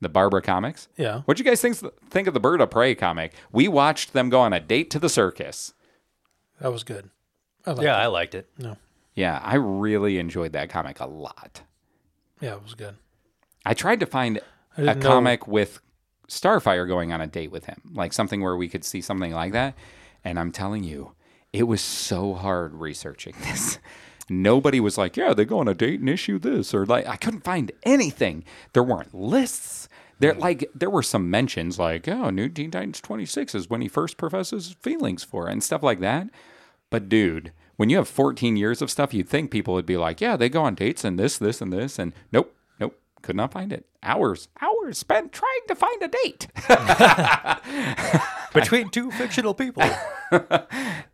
S1: The Barbara comics.
S2: Yeah.
S1: What you guys think think of the Bird of Prey comic? We watched them go on a date to the circus.
S2: That was good. I like
S3: yeah, I liked it.
S2: No.
S1: Yeah, I really enjoyed that comic a lot.
S2: Yeah, it was good.
S1: I tried to find
S2: I
S1: a
S2: didn't know-
S1: comic with Starfire going on a date with him, like something where we could see something like that. And I'm telling you, it was so hard researching this. Nobody was like, yeah, they go on a date and issue this, or like, I couldn't find anything. There weren't lists.
S2: Mm.
S1: There, like, there were some mentions like, oh, New Teen Titans 26 is when he first professes feelings for her and stuff like that. But dude, when you have 14 years of stuff, you'd think people would be like, yeah, they go on dates and this, this, and this. And nope, nope, could not find it. Hours, hours spent trying to find a date.
S3: Between two fictional people.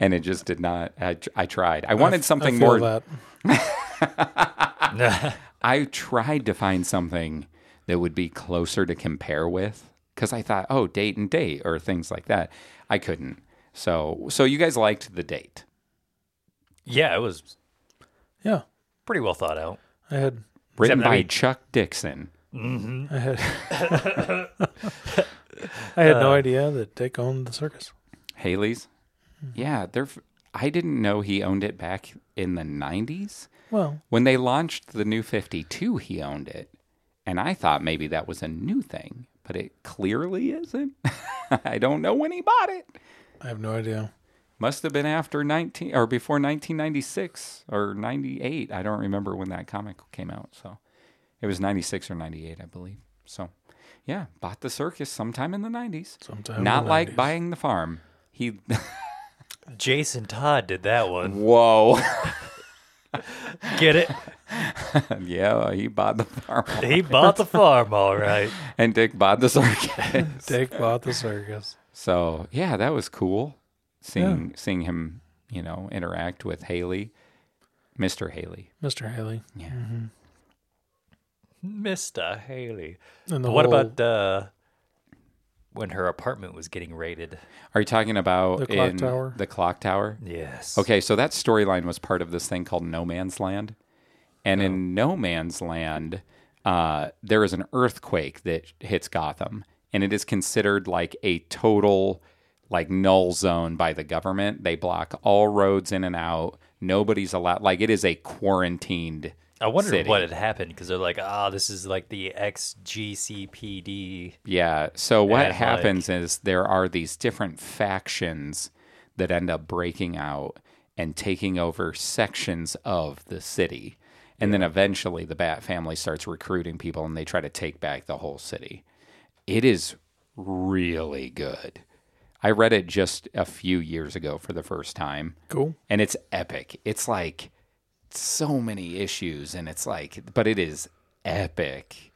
S1: and it just did not. I, tr- I tried. I wanted something
S2: I feel
S1: more.
S2: That.
S1: I tried to find something that would be closer to compare with because I thought, oh, date and date or things like that. I couldn't. So, so you guys liked the date.
S3: yeah, it was
S2: Yeah.
S3: pretty well thought out.
S2: I had
S1: Written
S3: Except, I
S1: by
S3: mean-
S1: Chuck Dixon.
S2: I had I had
S3: Uh,
S2: no idea that Dick owned the circus.
S1: Haley's. Yeah, they're. f- I didn't know he owned it back in the '90s
S2: Well,
S1: when they launched the new 52. He owned it, and I thought maybe that was a new thing, but it clearly isn't. I don't know when he bought it.
S2: I have no idea.
S1: Must have been after 19 or before 1996 or 98. I don't remember when that comic came out. So it was 96 or 98, I believe. So yeah, bought the circus sometime in the 90s.
S2: Sometime in
S1: Not
S2: the
S1: like
S2: 90s.
S1: buying the farm. He
S3: Jason Todd did that one.
S1: Whoa.
S3: Get it?
S1: yeah, he bought the farm.
S3: He bought the farm, all right.
S1: And Dick bought the circus.
S2: Dick bought the circus.
S1: so yeah, that was cool. Seeing seeing him, you know, interact with Haley. Mr. Haley.
S2: Mr. Haley.
S3: Mr. Haley.
S2: And the
S3: What
S2: whole-
S3: about uh, when her apartment was getting raided?
S1: Are you talking about
S2: The clock
S1: in
S2: tower?
S1: the clock tower?
S3: Yes.
S1: Okay, so that storyline was part of this thing called No Man's Land. And in
S2: Oh.
S1: No Man's Land, uh, there is an earthquake that hits Gotham, and it is considered like a total like null zone by the government. They block all roads in and out. Nobody's allowed. Like it is a quarantined.
S3: I wondered
S1: city.
S3: what had happened because they're like, ah, this is like the XGCPD.
S1: Yeah. So what
S3: And, like-
S1: happens is there are these different factions that end up breaking out and taking over sections of the city. And then eventually the Bat family starts recruiting people and they try to take back the whole city. It is really good. I read it just a few years ago for the first time
S2: Cool.
S1: and it's epic. It's like so many issues, and it's like, but it is epic.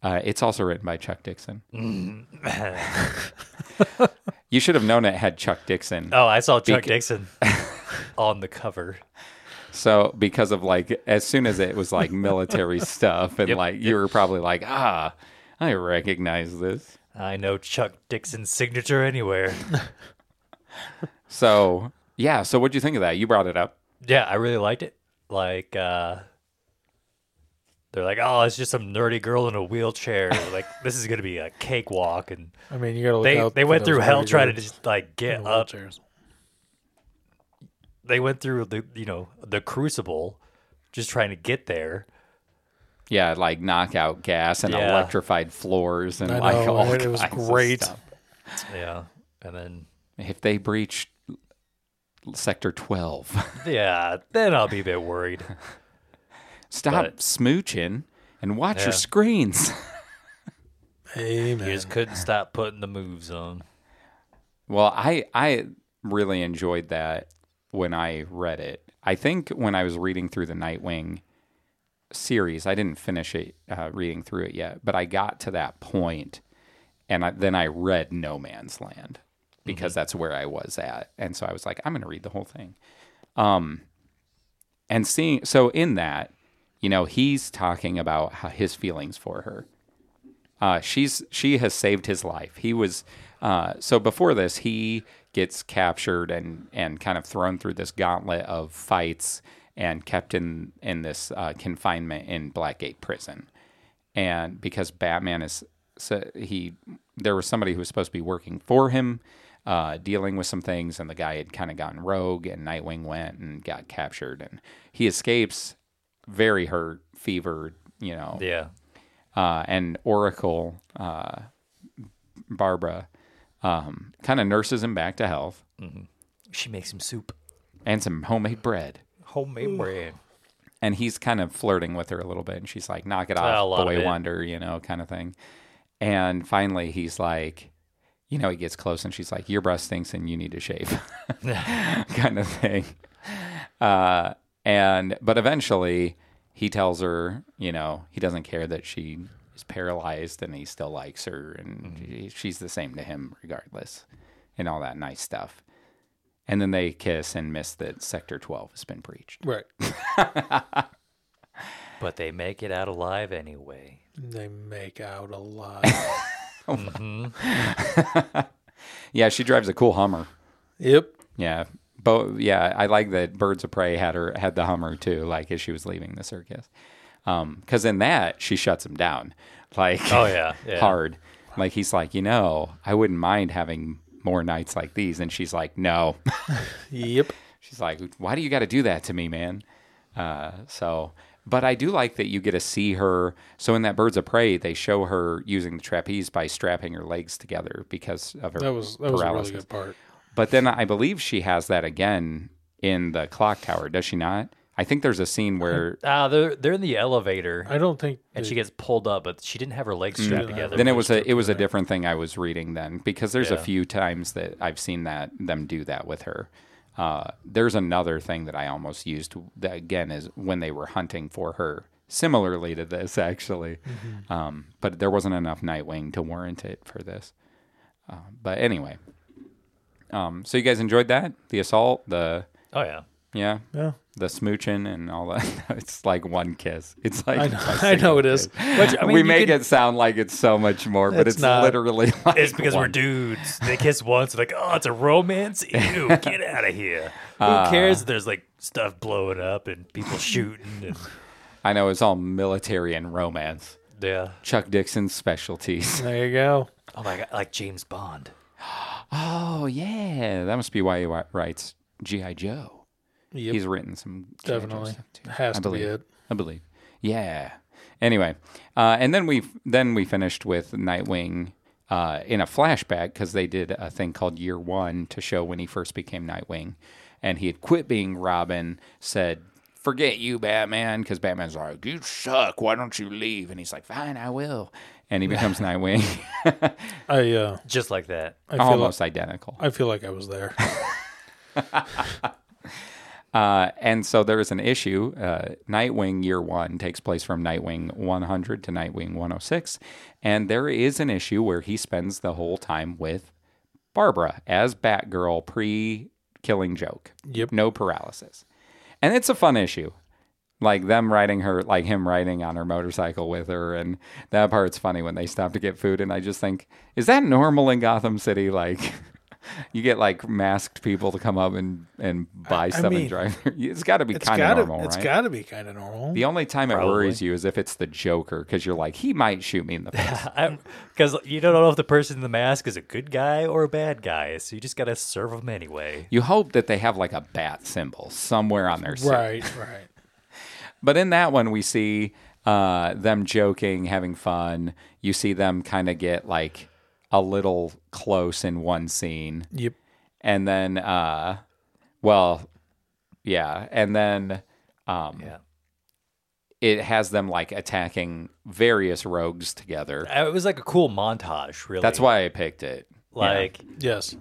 S1: Uh, it's also written by Chuck Dixon.
S2: Mm.
S1: you should have known it had Chuck Dixon.
S3: Oh, I saw Chuck Dixon on the cover.
S1: So because of like, as soon as it was like military stuff, and like you were probably like, ah, I recognize this.
S3: I know Chuck Dixon's signature anywhere.
S1: So yeah. So what'd you think of that? You brought it up.
S3: yeah, I really liked it. Like uh They're like, oh, it's just some nerdy girl in a wheelchair. like this is gonna be a cakewalk, and
S2: I mean, you gotta look
S3: they
S2: out.
S3: they
S2: for
S3: went
S2: those
S3: through hell
S2: nerdy
S3: trying to
S2: dudes
S3: just like
S2: in
S3: get
S2: the
S3: up.
S2: wheelchairs.
S3: They went through the you know the crucible, just trying to get there.
S1: Yeah, like knockout gas and
S3: Yeah.
S1: electrified floors and
S2: I
S1: like
S2: know,
S1: all
S2: it was
S1: kinds of
S2: great.
S1: stuff.
S3: Yeah, and then
S1: If they breached sector 12,
S3: yeah, then I'll be a bit worried.
S1: stop
S3: But-
S1: smooching and watch
S3: Yeah.
S1: your screens.
S2: Amen.
S3: You just couldn't stop putting the moves on.
S1: Well, I I really enjoyed that when I read it. I think when I was reading through the Nightwing series, I didn't finish it uh, reading through it yet, but I got to that point, and I, then I read No Man's Land because that's where I was at, and so I was like, I'm going to read the whole thing. Um, and seeing so in that, you know, he's talking about how his feelings for her. Uh, she's she has saved his life. He was uh, so before this, he gets captured and and kind of thrown through this gauntlet of fights and kept in in this uh, confinement in Blackgate prison. And because Batman is so he there was somebody who was supposed to be working for him, uh, dealing with some things, and the guy had kind of gone rogue, and Nightwing went and got captured, and he escapes, very hurt, fevered, you know,
S3: Yeah,
S1: uh, and Oracle, uh, Barbara, um, kind of nurses him back to health
S3: she makes him soup,
S1: and some homemade bread.
S3: homemade bread.
S1: And he's kind of flirting with her a little bit. And she's like, knock it
S3: Ah, a lot
S1: off,
S3: of
S1: boy
S3: it.
S1: wonder, you know, kind of thing. And finally, he's like, you know, he gets close and she's like, your breast stinks and you need to shave, kind of thing. Uh, and, but eventually he tells her, you know, he doesn't care that she is paralyzed and he still likes her and
S3: Mm-hmm.
S1: she- she's the same to him regardless and all that nice stuff. And then they kiss and miss that Sector 12 has been breached.
S2: Right.
S3: But they make it out alive anyway.
S2: They make out a lot.
S1: Yeah, she drives a cool Hummer.
S2: yep.
S1: Yeah. Bo- yeah, I like that Birds of Prey had her had the Hummer too, like as she was leaving the circus. Um, 'cause cuz in that she shuts him down. Like
S3: Oh yeah, yeah.
S1: hard. Like he's like, "You know, I wouldn't mind having more nights like these." And she's like, "No."
S2: Yep.
S1: She's like, "Why do you got to do that to me, man?" Uh, so, but I do like that you get to see her. So in that Birds of Prey, they show her using the trapeze by strapping her legs together because of her
S2: That was that was a really
S1: paralysis.
S2: good part.
S1: But then I believe she has that again in the clock tower, does she not? I think there's a scene where
S3: Ah, they're they're in the elevator,
S2: I don't think
S3: and
S2: they-
S3: she gets pulled up, but she didn't have her legs strapped
S2: didn't have
S3: together.
S1: then it was a it was a different thing I was reading then because there's a
S3: Yeah.
S1: few times that I've seen that them do that with her. Uh, there's another thing that I almost used that again is when they were hunting for her, similarly to this actually, um, but there wasn't enough Nightwing to warrant it for this. Uh, but anyway, um, so you guys enjoyed that the assault, the
S3: Oh yeah,
S1: yeah,
S2: Yeah.
S1: the smooching and all that. it's like one kiss. It's like
S2: I know,
S1: a
S2: I know it
S1: single
S2: is.
S1: kiss.
S2: Which, I mean,
S1: we
S2: you
S1: make
S2: could-
S1: it sound like it's so much more, but
S2: It's
S1: it's,
S2: not.
S1: literally like
S3: it's because we're
S1: one.
S3: dudes. They kiss once, like oh, it's a romance. Ew, get out of here. Who cares? if There's like stuff blowing up and people shooting. And,
S1: I know it's all military and romance.
S3: yeah.
S1: Chuck Dixon's specialties.
S2: There you go.
S3: Oh my god, like James Bond.
S1: Oh yeah, that must be why he wa- writes GI Joe.
S2: Yep.
S1: He's written some G.I. Joe
S2: definitely
S1: stuff, too.
S2: has
S1: I
S2: to be
S1: believe.
S2: it.
S1: I believe. Yeah. Anyway, uh, and then we then we finished with Nightwing uh, in a flashback because they did a thing called Year One to show when he first became Nightwing, and he had quit being Robin. Said, "Forget you, Batman," because Batman's like, "You suck. Why don't you leave?" And he's like, "Fine, I will." And he becomes Nightwing,
S2: I uh,
S3: Just like that.
S2: I feel
S1: almost identical.
S2: Like, I feel like I was there.
S1: Uh, and so there is an issue. Uh, Nightwing Year One takes place from Nightwing 100 to Nightwing 106, and there is an issue where he spends the whole time with Barbara as Batgirl pre Killing Joke.
S2: Yep.
S1: No paralysis, and it's a fun issue. Like them riding her, like him riding on her motorcycle with her, and that part's funny when they stop to get food. And I just think, is that normal in Gotham City? Like, You get like masked people to come up and, and buy
S2: I
S1: stuff
S2: mean,
S1: and drive. It's got to be
S2: It's
S1: kind of
S2: gotta,
S1: normal,
S2: it's
S1: right?
S2: gotta be kind of normal.
S1: the only time it
S3: Probably.
S1: worries you is if it's the Joker, because you're like, he might shoot me in the face.
S3: Because you don't know if the person in the mask is a good guy or a bad guy, so you just gotta serve them anyway.
S1: you hope that they have like a bat symbol somewhere on their suit.
S2: right, right.
S1: But in that one, we see uh, them joking, having fun. You see them kind of get like a little close in one scene.
S2: Yep.
S1: And then, uh, well, yeah. And then um,
S3: Yeah.
S1: it has them like attacking various rogues together.
S3: It was like a cool montage, really.
S1: That's why I picked it.
S3: like
S2: Yes.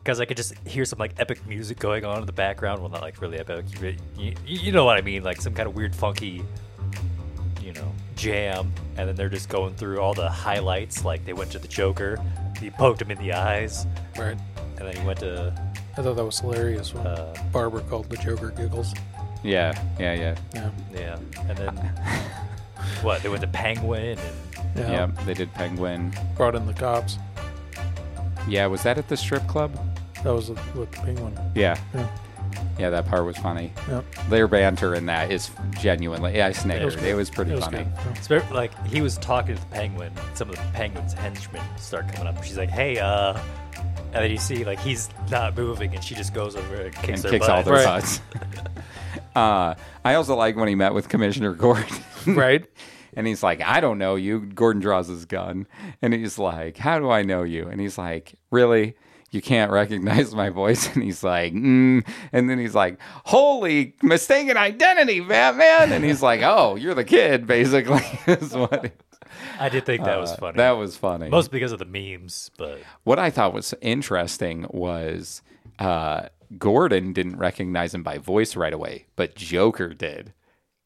S3: because I could just hear some like epic music going on in the background. Well, not like really epic. You, you, you know what I mean? Like some kind of weird, funky, you know, jam. And then they're just going through all the highlights. Like they went to the Joker, he poked him in the eyes,
S2: Right.
S3: and then he went to
S2: I thought that was hilarious when
S3: Uh,
S2: Barbara called the Joker giggles.
S1: Yeah. Yeah. Yeah.
S2: Yeah.
S3: yeah, and then what? They went to Penguin. And,
S1: Yeah.
S2: Yeah.
S1: Yep, they did Penguin.
S2: Brought in the cops.
S1: Yeah, was that at the strip club?
S2: That was with with the penguin.
S1: Yeah,
S2: Yeah.
S1: yeah, that part was funny.
S2: yeah.
S1: Their banter in that is genuinely, yeah, I
S2: It was
S1: sniggered.
S2: good.
S1: It was pretty
S2: It was
S1: funny.
S2: good. Yeah.
S3: it's very- like he was talking to the Penguin. Some of the Penguin's henchmen start coming up. She's like, "Hey, uh," and then you see like he's not moving, and she just goes over and kicks
S1: and
S3: their
S1: kicks all
S3: butt.
S1: their
S2: Right.
S1: butts. uh, I also like when he met with Commissioner Gordon.
S2: Right.
S1: And he's like, I don't know you. Gordon draws his gun. And he's like, How do I know you? And he's like, Really? You can't recognize my voice? And he's like, mm. And then he's like, Holy mistaken identity, Batman. And he's like, Oh, you're the kid, basically. is what it-
S3: I did think that was
S1: uh,
S3: funny.
S1: That was funny.
S3: Most because of the memes, but
S1: what I thought was interesting was uh, Gordon didn't recognize him by voice right away, but Joker did.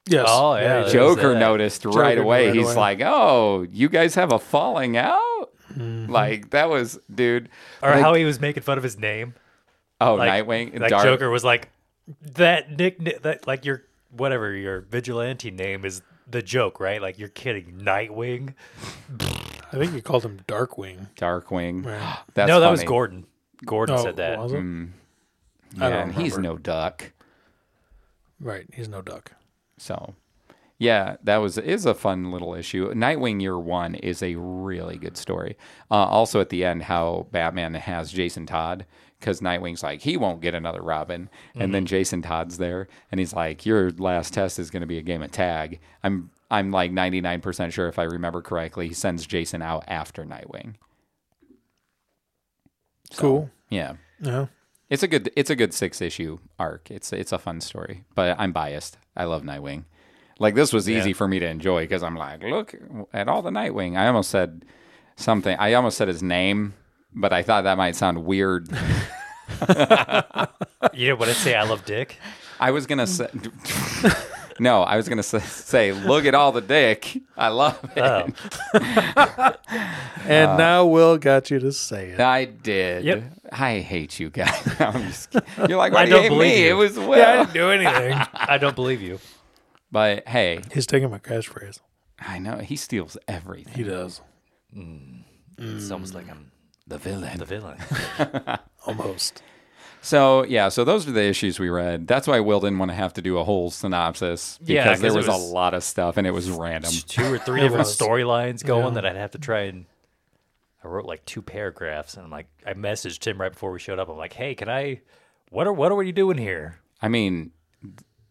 S2: Yes.
S3: Oh, yeah,
S2: he
S3: There's
S1: Joker
S3: that.
S1: noticed
S2: Joker
S1: right away.
S2: right
S1: He's
S2: away.
S1: like, "Oh, you guys have a falling out."
S2: Mm-hmm.
S1: Like that was, dude.
S3: or
S1: Like-
S3: how he was making fun of his name.
S1: oh,
S3: Like,
S1: Nightwing,
S3: like
S1: Dark.
S3: Joker was like that nickname that like your whatever your vigilante name is the joke, right? Like you're kidding, Nightwing.
S2: I think you called him Darkwing.
S1: Darkwing.
S2: Right.
S1: That's
S3: no, that was
S1: funny.
S3: Gordon. Gordon
S2: Oh,
S3: said that.
S2: was it?
S1: Yeah,
S2: I don't
S1: and he's no
S2: remember.
S1: duck.
S2: Right. He's no duck.
S1: So, yeah, that was is a fun little issue. Nightwing Year One is a really good story. Uh, also, at the end, how Batman has Jason Todd because Nightwing's like he won't get another Robin, and then Jason Todd's there, and he's like, "Your last test is going to be a game of tag." I'm I'm like 99% sure if I remember correctly, he sends Jason out after Nightwing.
S2: Cool.
S1: Yeah.
S2: Yeah.
S1: It's a good it's a good six issue arc. It's it's a fun story, but I'm biased. I love Nightwing. Like this was easy for me to enjoy because I'm like, look at all the Nightwing. I almost said something. I almost said his name, but I thought that might sound weird.
S3: You didn't want to say I love Dick.
S1: I was gonna say no. I was gonna say, say, look at all the dick. I love it.
S3: Oh,
S2: And now Will got you to say it.
S1: I did.
S3: Yep.
S1: I hate you guys. I'm just kidding. You're like,
S3: I
S1: why do you
S3: don't
S1: hate
S3: believe
S1: me?
S3: you.
S1: It was Will.
S2: Yeah, I didn't do anything.
S3: I don't believe you.
S1: But hey,
S2: He's taking my catchphrase.
S1: I know he steals everything.
S2: He does.
S3: It's almost like I'm
S1: Hmm. the villain.
S3: the villain.
S2: Almost.
S1: So yeah, so those are the issues we read. That's why Will didn't want to have to do a whole synopsis because
S3: Yeah, 'cause
S1: there
S3: it
S1: was,
S3: was-
S1: a lot of stuff and it was random.
S3: Two or three different
S2: was.
S3: storylines going that I'd have to try and. I wrote like two paragraphs, and I'm like, I messaged him right before we showed up. I'm like, Hey, can I? What are what are we doing here?
S1: I mean,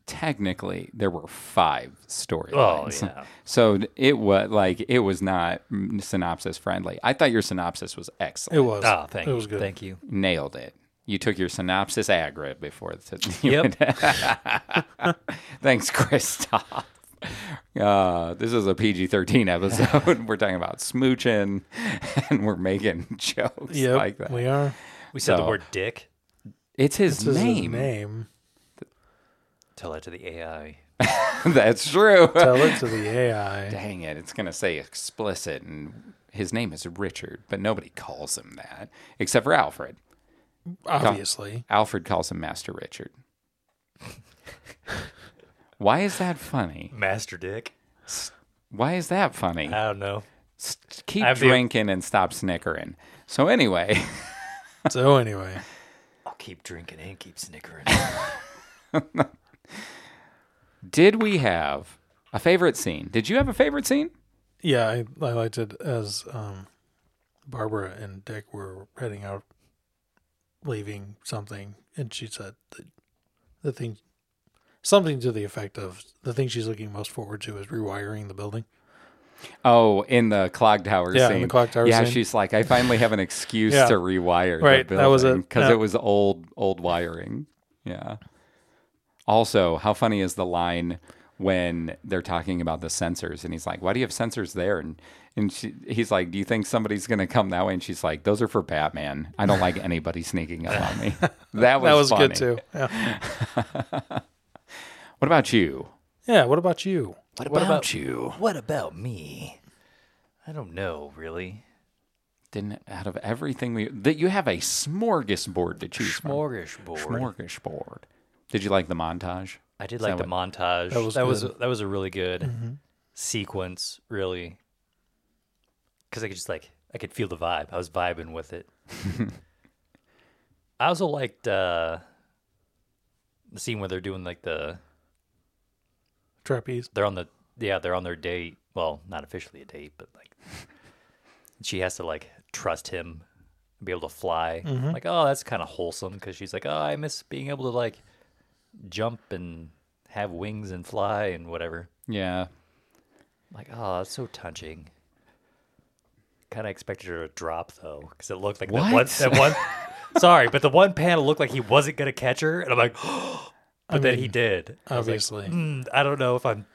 S1: technically there were five
S3: Oh
S1: storylines.
S3: yeah.
S1: So it was like it was not mm, synopsis friendly. I thought your synopsis was
S2: It
S1: excellent.
S2: was.
S3: Ah, thank
S2: it
S3: you.
S2: was good.
S3: Thank you.
S1: Nailed it. You took your synopsis agra before. The,
S3: Yep.
S1: Thanks, Christoph. Uh, this is a PG 13 episode. we're talking about smooching and we're making jokes
S2: Yep,
S1: like that.
S2: we are.
S3: We said the
S1: So-
S3: word dick
S1: It's his
S2: This is his
S1: name.
S2: name.
S3: Tell that to the AI.
S1: That's true.
S2: Tell it to the AI.
S1: Dang it. It's going to say explicit. And his name is Richard, but nobody calls him that except for Alfred.
S2: Obviously.
S1: Alfred calls him Master Richard. Why is that funny?
S3: Master Dick.
S1: Why is that funny?
S3: I don't know.
S1: S- keep
S3: I've been-
S1: drinking and stop snickering. So, anyway,
S2: So anyway,
S3: I'll keep drinking and keep snickering.
S1: Did we have a favorite scene? Did you have a favorite scene?
S2: yeah, I, I liked it as um, Barbara and Dick were heading out, leaving something, and she said that the thing, something to the effect of the thing she's looking most forward to is rewiring the building.
S1: Oh, in the clock tower
S2: Yeah, in
S1: scene.
S2: the clock tower
S1: yeah,
S2: scene.
S1: she's like, I finally have an excuse
S2: Yeah.
S1: to rewire
S2: Right,
S1: the
S2: that was
S1: building
S2: it.
S1: because
S2: Yeah.
S1: it was old old wiring. Yeah. Also, how funny is the line when they're talking about the sensors and he's like, "Why do you have sensors there?" and and she, he's like, "Do you think somebody's going to come that way?" and she's like, "Those are for Batman. I don't like anybody sneaking up on me." That was
S2: That was
S1: funny.
S2: good too. Yeah.
S1: What about you?
S2: yeah. What about you?
S1: What about you?
S3: What about me? I don't know, really.
S1: Didn't out of everything we that you have a smorgasbord to choose from.
S3: Smorgasbord.
S1: Smorgasbord. Did you like the montage?
S3: I did like the montage. That
S2: That was
S3: was that was, Mm-hmm.
S2: good.
S3: that was a really good sequence, really. Because I could just like I could feel the vibe. I was vibing with it. I also liked uh, the scene where they're doing like the
S2: Trapeze.
S3: they're on the yeah they're on their date. Well, not officially a date, but like she has to like trust him, and be able to fly. Like oh, that's kind of wholesome because she's like oh, I miss being able to like jump and have wings and fly and whatever.
S1: Yeah.
S3: Like, oh, that's so touching. Kind of expected her to drop though, because it looked like that one.
S1: What?
S3: That one sorry, but the one panel looked like he wasn't gonna catch her, and I'm like, but then he did. I was like,
S2: Obviously.
S3: "Hmm, I don't know if I'm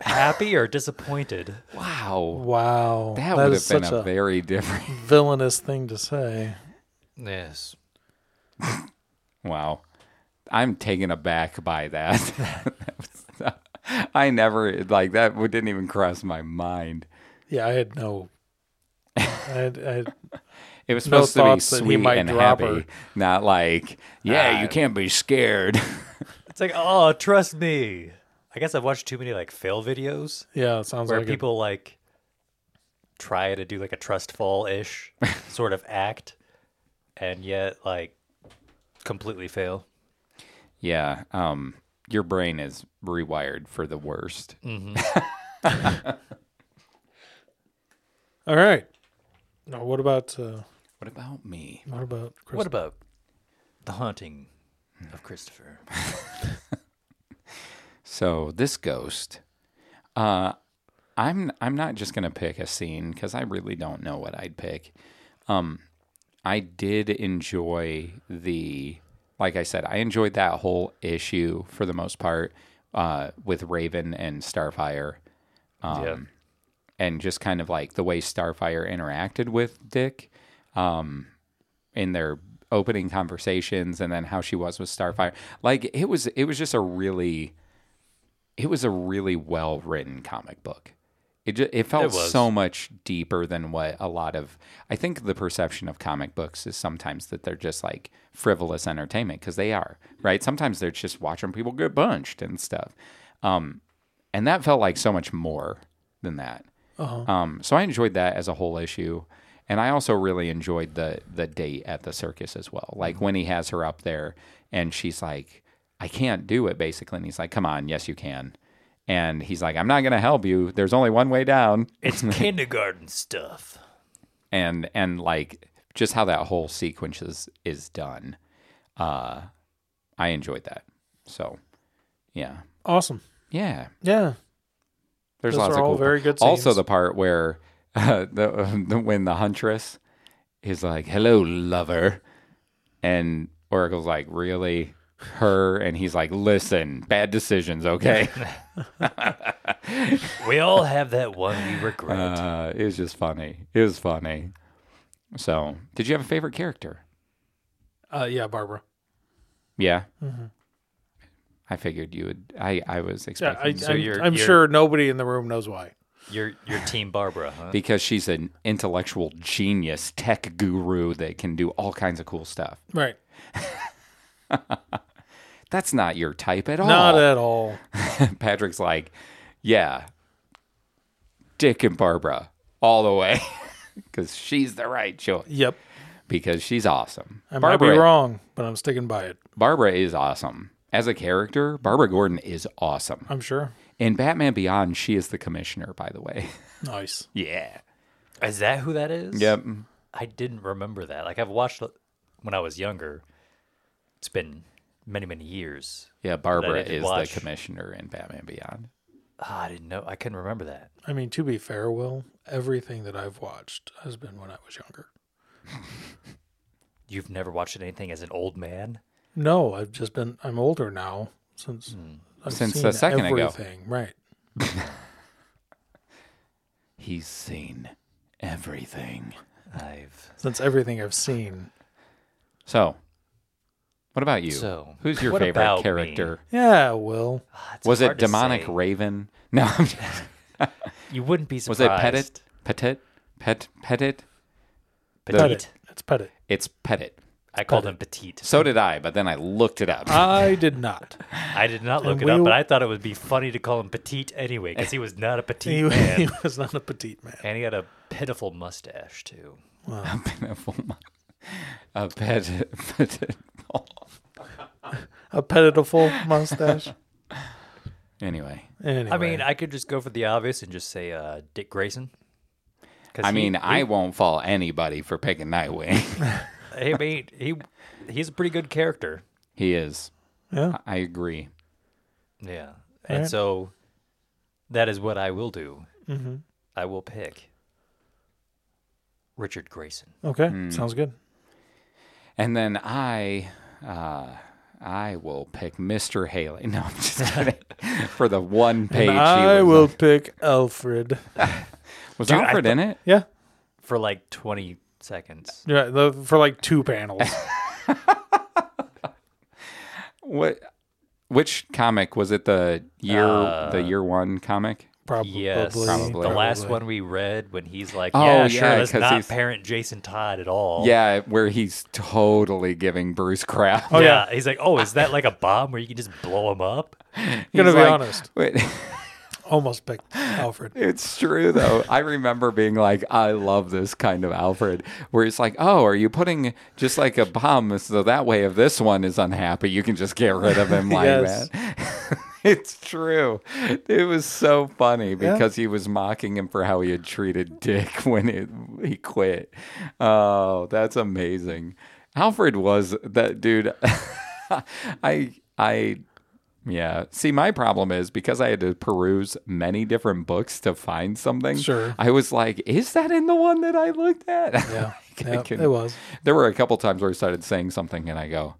S3: happy or disappointed.
S1: Wow.
S2: Wow.
S1: That,
S2: that
S1: would
S2: is
S1: have been
S2: such
S1: a,
S2: a
S1: very different.
S2: villainous thing to say.
S3: Yes.
S1: Wow. I'm taken aback by that. I never like that would- didn't even cross my mind.
S2: Yeah, I had no. I had, I had,
S1: It was
S2: No
S1: supposed to be
S2: thoughts that he
S1: sweet
S2: might
S1: and
S2: drop
S1: happy,
S2: her.
S1: not like, yeah, you can't be scared.
S3: It's like, oh, trust me. I guess I've watched too many like fail videos
S2: yeah, it sounds
S3: where
S2: like
S3: people like try to do like a trust fall ish sort of act, and yet like completely fail.
S1: yeah, um your brain is rewired for the worst.
S2: Mm. It. All right. Now, what about uh,
S1: What about me?
S2: what about Chris?
S3: What about the haunting of Christopher?
S1: So, this ghost uh I'm I'm not just going to pick a scene cuz I really don't know what I'd pick. Um, I did enjoy the, like I said, I enjoyed that whole issue for the most part uh, with Raven and Starfire,
S3: yeah.
S1: and just kind of like the way Starfire interacted with Dick um, in their opening conversations, and then how she was with Starfire. Like it was, it was just a really, it was a really well written comic book. It just, it felt
S3: It was.
S1: so much deeper than what a lot of I think the perception of comic books is sometimes that they're just like frivolous entertainment because they are right. Sometimes they're just watching people get bunched and stuff, um, and that felt like so much more than that.
S2: Uh-huh.
S1: Um, so I enjoyed that as a whole issue, and I also really enjoyed the the date at the circus as well. Like
S2: Mm-hmm.
S1: when he has her up there and she's like, "I can't do it," basically, and he's like, "Come on, yes you can," and he's like, "I'm not gonna help you. There's only one way down."
S3: It's kindergarten stuff.
S1: and and like just how that whole sequence is is done. Uh, I enjoyed that. So, yeah,
S2: Awesome.
S1: yeah.
S2: Yeah.
S1: There's
S2: Those
S1: lots
S2: are
S1: of
S2: all
S1: cool
S2: very
S1: parts.
S2: good
S1: Also,
S2: scenes.
S1: the part where uh, the, the when the huntress is like, "Hello, lover," and Oracle's like, "Really." Her and he's like, listen, bad decisions, okay?
S3: We all have that one we regret.
S1: uh, it was just funny. It was funny. So, did you have a favorite character?
S2: Uh, yeah, Barbara.
S1: Yeah. I figured you would. I, I was
S2: Mm-hmm. Yeah,
S1: expecting
S2: I, I'm,
S1: that.
S3: So you're-
S2: I'm
S3: you're-
S2: sure nobody in the room knows why.
S3: Your your team Barbara, huh?
S1: because she's an intellectual genius, tech guru that can do all kinds of cool stuff.
S2: Right.
S1: That's not your type at all.
S2: Not at all.
S1: Patrick's like, yeah, Dick and Barbara all the way because she's the right choice.
S2: Yep.
S1: because she's awesome.
S2: I might
S1: Barbara,
S2: be wrong, but I'm sticking by it.
S1: Barbara is awesome. As a character, Barbara Gordon is awesome.
S2: I'm sure.
S1: In Batman Beyond, she is the commissioner, by the way.
S2: Nice.
S1: yeah.
S3: Is that who that is?
S1: Yep.
S3: I didn't remember that. Like I've watched it when I was younger. It's been many, many years.
S1: Yeah, Barbara
S3: didn't
S1: is
S3: watch.
S1: the commissioner in Batman Beyond.
S3: Ah, I didn't know. I couldn't remember that.
S2: I mean, to be fair, Will, everything that I've watched has been when I was younger.
S3: You've never watched anything as an old man.
S2: No, I've just been. I'm older now since I've
S1: Hmm. Since a
S2: seen
S1: second ago.
S2: everything. Right.
S1: He's seen everything.
S3: I've
S2: Since everything I've seen.
S1: So, what about you?
S3: So,
S1: Who's your
S3: what about
S1: favorite
S3: me?
S1: character?
S2: Yeah, Will.
S3: Ah, it's
S1: Was
S3: hard
S1: it
S3: to
S1: demonic
S3: say.
S1: Raven? No. I'm just-
S3: You wouldn't be
S1: was
S3: surprised.
S1: it Pettit? Pettit? Pet Pettit?
S3: Petite.
S2: Pettit. It's Pettit.
S1: It's Pettit.
S3: I called him petite.
S1: So did I, but then I looked it up.
S2: I did not.
S3: I did not look
S2: And
S3: it up,
S2: we-
S3: but I thought it would be funny to call him petite anyway, because he was not a
S2: he,
S3: petite man,
S2: he was not a petite man.
S3: and he had a pitiful mustache too.
S1: a pitiful mo- a pet, petted mole.
S2: A pitiful mustache.
S1: Anyway,
S2: Anyway,
S3: I mean, I could just go for the obvious and just say uh, Dick Grayson. 'Cause
S1: I
S3: he-
S1: mean, I won't fault anybody for picking Nightwing.
S3: I mean, he he's a pretty good character.
S1: he is.
S2: yeah.
S1: I- I agree.
S3: Yeah, and
S2: Alright.
S3: so that is what I will do.
S2: mm-hmm.
S3: I will pick Richard Grayson.
S2: Okay,
S3: Hmm.
S2: sounds good.
S1: And then I, uh, I will pick Mr. Haley. No, I'm just kidding. for the one page,
S3: E
S2: And
S1: he
S2: I
S1: was,
S2: will pick Alfred.
S1: was
S3: Dude, I
S1: Alfred in it?
S2: Yeah,
S3: for like 20 seconds.
S2: yeah. The, for like two panels.
S1: What? Which comic was it? The year,
S3: Uh,
S1: the year one comic.
S2: Probably.
S3: Yes,
S1: Probably.
S3: the last
S2: Probably.
S3: one we read when he's like,
S1: Oh,
S3: "Yeah,
S1: yeah,
S3: sure, let's
S1: 'cause
S3: not
S1: he's-
S3: parent Jason Todd at all."
S1: Yeah, where he's totally giving Bruce crap.
S2: Oh,
S3: yeah. He's like, "Oh, is that like a bomb where you can just blow him up?"
S2: Gonna
S1: He's
S2: be
S1: like-
S2: honest,
S1: Wait,
S2: almost picked Alfred.
S1: it's true though. I remember being like, I love this kind of Alfred, where it's like, oh, are you putting just like a bomb so that way if this one is unhappy, you can just get rid of him like
S2: Yes.
S1: that. it's true. It was so funny because he was mocking him for how he had treated Dick when it, he quit. Oh, that's amazing. Alfred was that dude. I I yeah. See, my problem is because I had to peruse many different books to find something.
S2: Sure.
S1: I was like, is that in the one that I looked at?
S2: Yeah,
S1: Like, I
S2: yeah,
S1: couldn't-
S2: it was.
S1: There were a couple times where I started saying something and I go,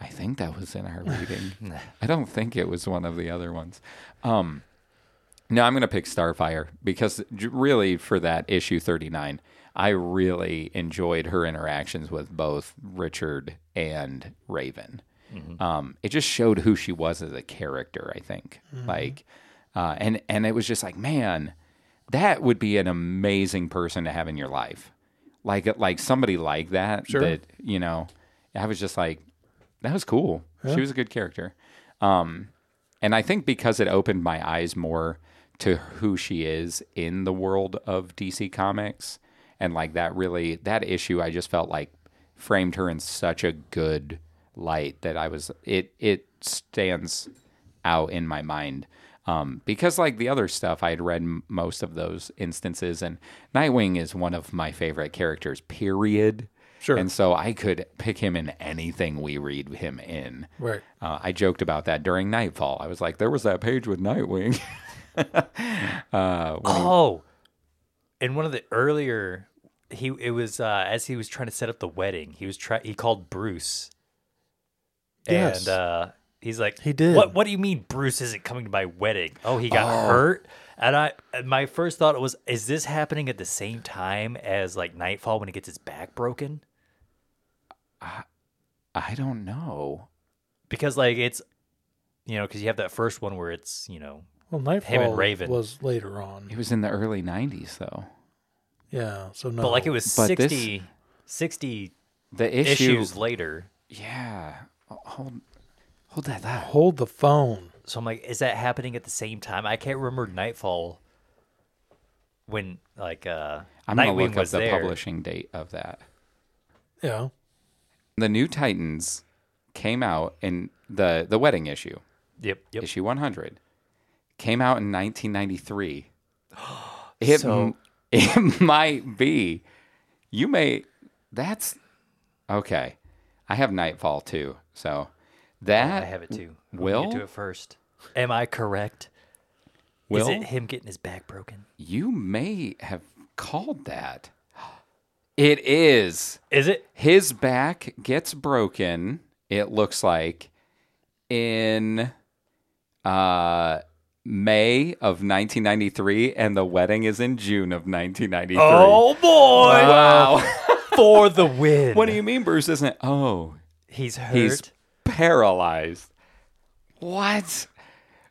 S1: I think that was in our reading. I don't think it was one of the other ones. Um, no, I'm going to pick Starfire because j- really for that issue 39, I really enjoyed her interactions with both Richard and Raven. Um, it just showed who she was as a character, I think. Like, uh, and and it was just like, man, that would be an amazing person to have in your life, like like somebody like that. That you know, I was just like, that was cool. She was a good character. Um, and I think because it opened my eyes more to who she is in the world of DC Comics, and like that really that issue, I just felt like framed her in such a good light that I was it it stands out in my mind. Um, because like the other stuff, I had read m- most of those instances, and Nightwing is one of my favorite characters. Period.
S2: Sure.
S1: And so I could pick him in anything we read him in.
S2: Right.
S1: Uh, I joked about that during Nightfall. I was like, there was that page with Nightwing. Uh,
S3: Oh. In one of the earlier he it was uh, as he was trying to set up the wedding, he was try he called Bruce.
S2: Yes.
S3: And uh he's like
S2: He did.
S3: What what do you mean Bruce isn't coming to my wedding? Oh, he got hurt? And I and my first thought was is this happening at the same time as like Nightfall when he gets his back broken?
S1: I don't know.
S3: Because like it's you know, because you have that first one where it's, you know,
S2: Well, Nightfall
S3: Raven.
S2: was later on.
S1: It was in the early 90s, though.
S2: Yeah. So no.
S3: but like it was
S1: But this-
S3: 60 60
S1: The issue.
S3: issues later.
S1: Yeah. Hold, hold that thought.
S2: hold the phone.
S3: So I'm like, is that happening at the same time? I can't remember Nightfall when like uh
S1: I'm going to
S3: Nightwing
S1: look up
S3: was
S1: the
S3: there.
S1: publishing date of that.
S2: Yeah.
S1: The New Titans came out in the the wedding issue,
S3: Yep. Yep.
S1: issue 100, came out in 1993. It
S3: So-
S1: it might be. You may. That's okay. I have Nightfall too, so that
S3: I have it too. Let me
S1: Will?
S3: get to it first? Am I correct?
S1: Will
S3: Is it him getting his back broken?
S1: you may have called that. It is.
S3: Is it?
S1: His back gets broken, it looks like, in uh, May of 1993, and the wedding is in June of 1993.
S3: Oh boy!
S1: wow.
S3: For the win.
S1: what do you mean, Bruce isn't? Oh,
S3: He's hurt.
S1: he's paralyzed. What?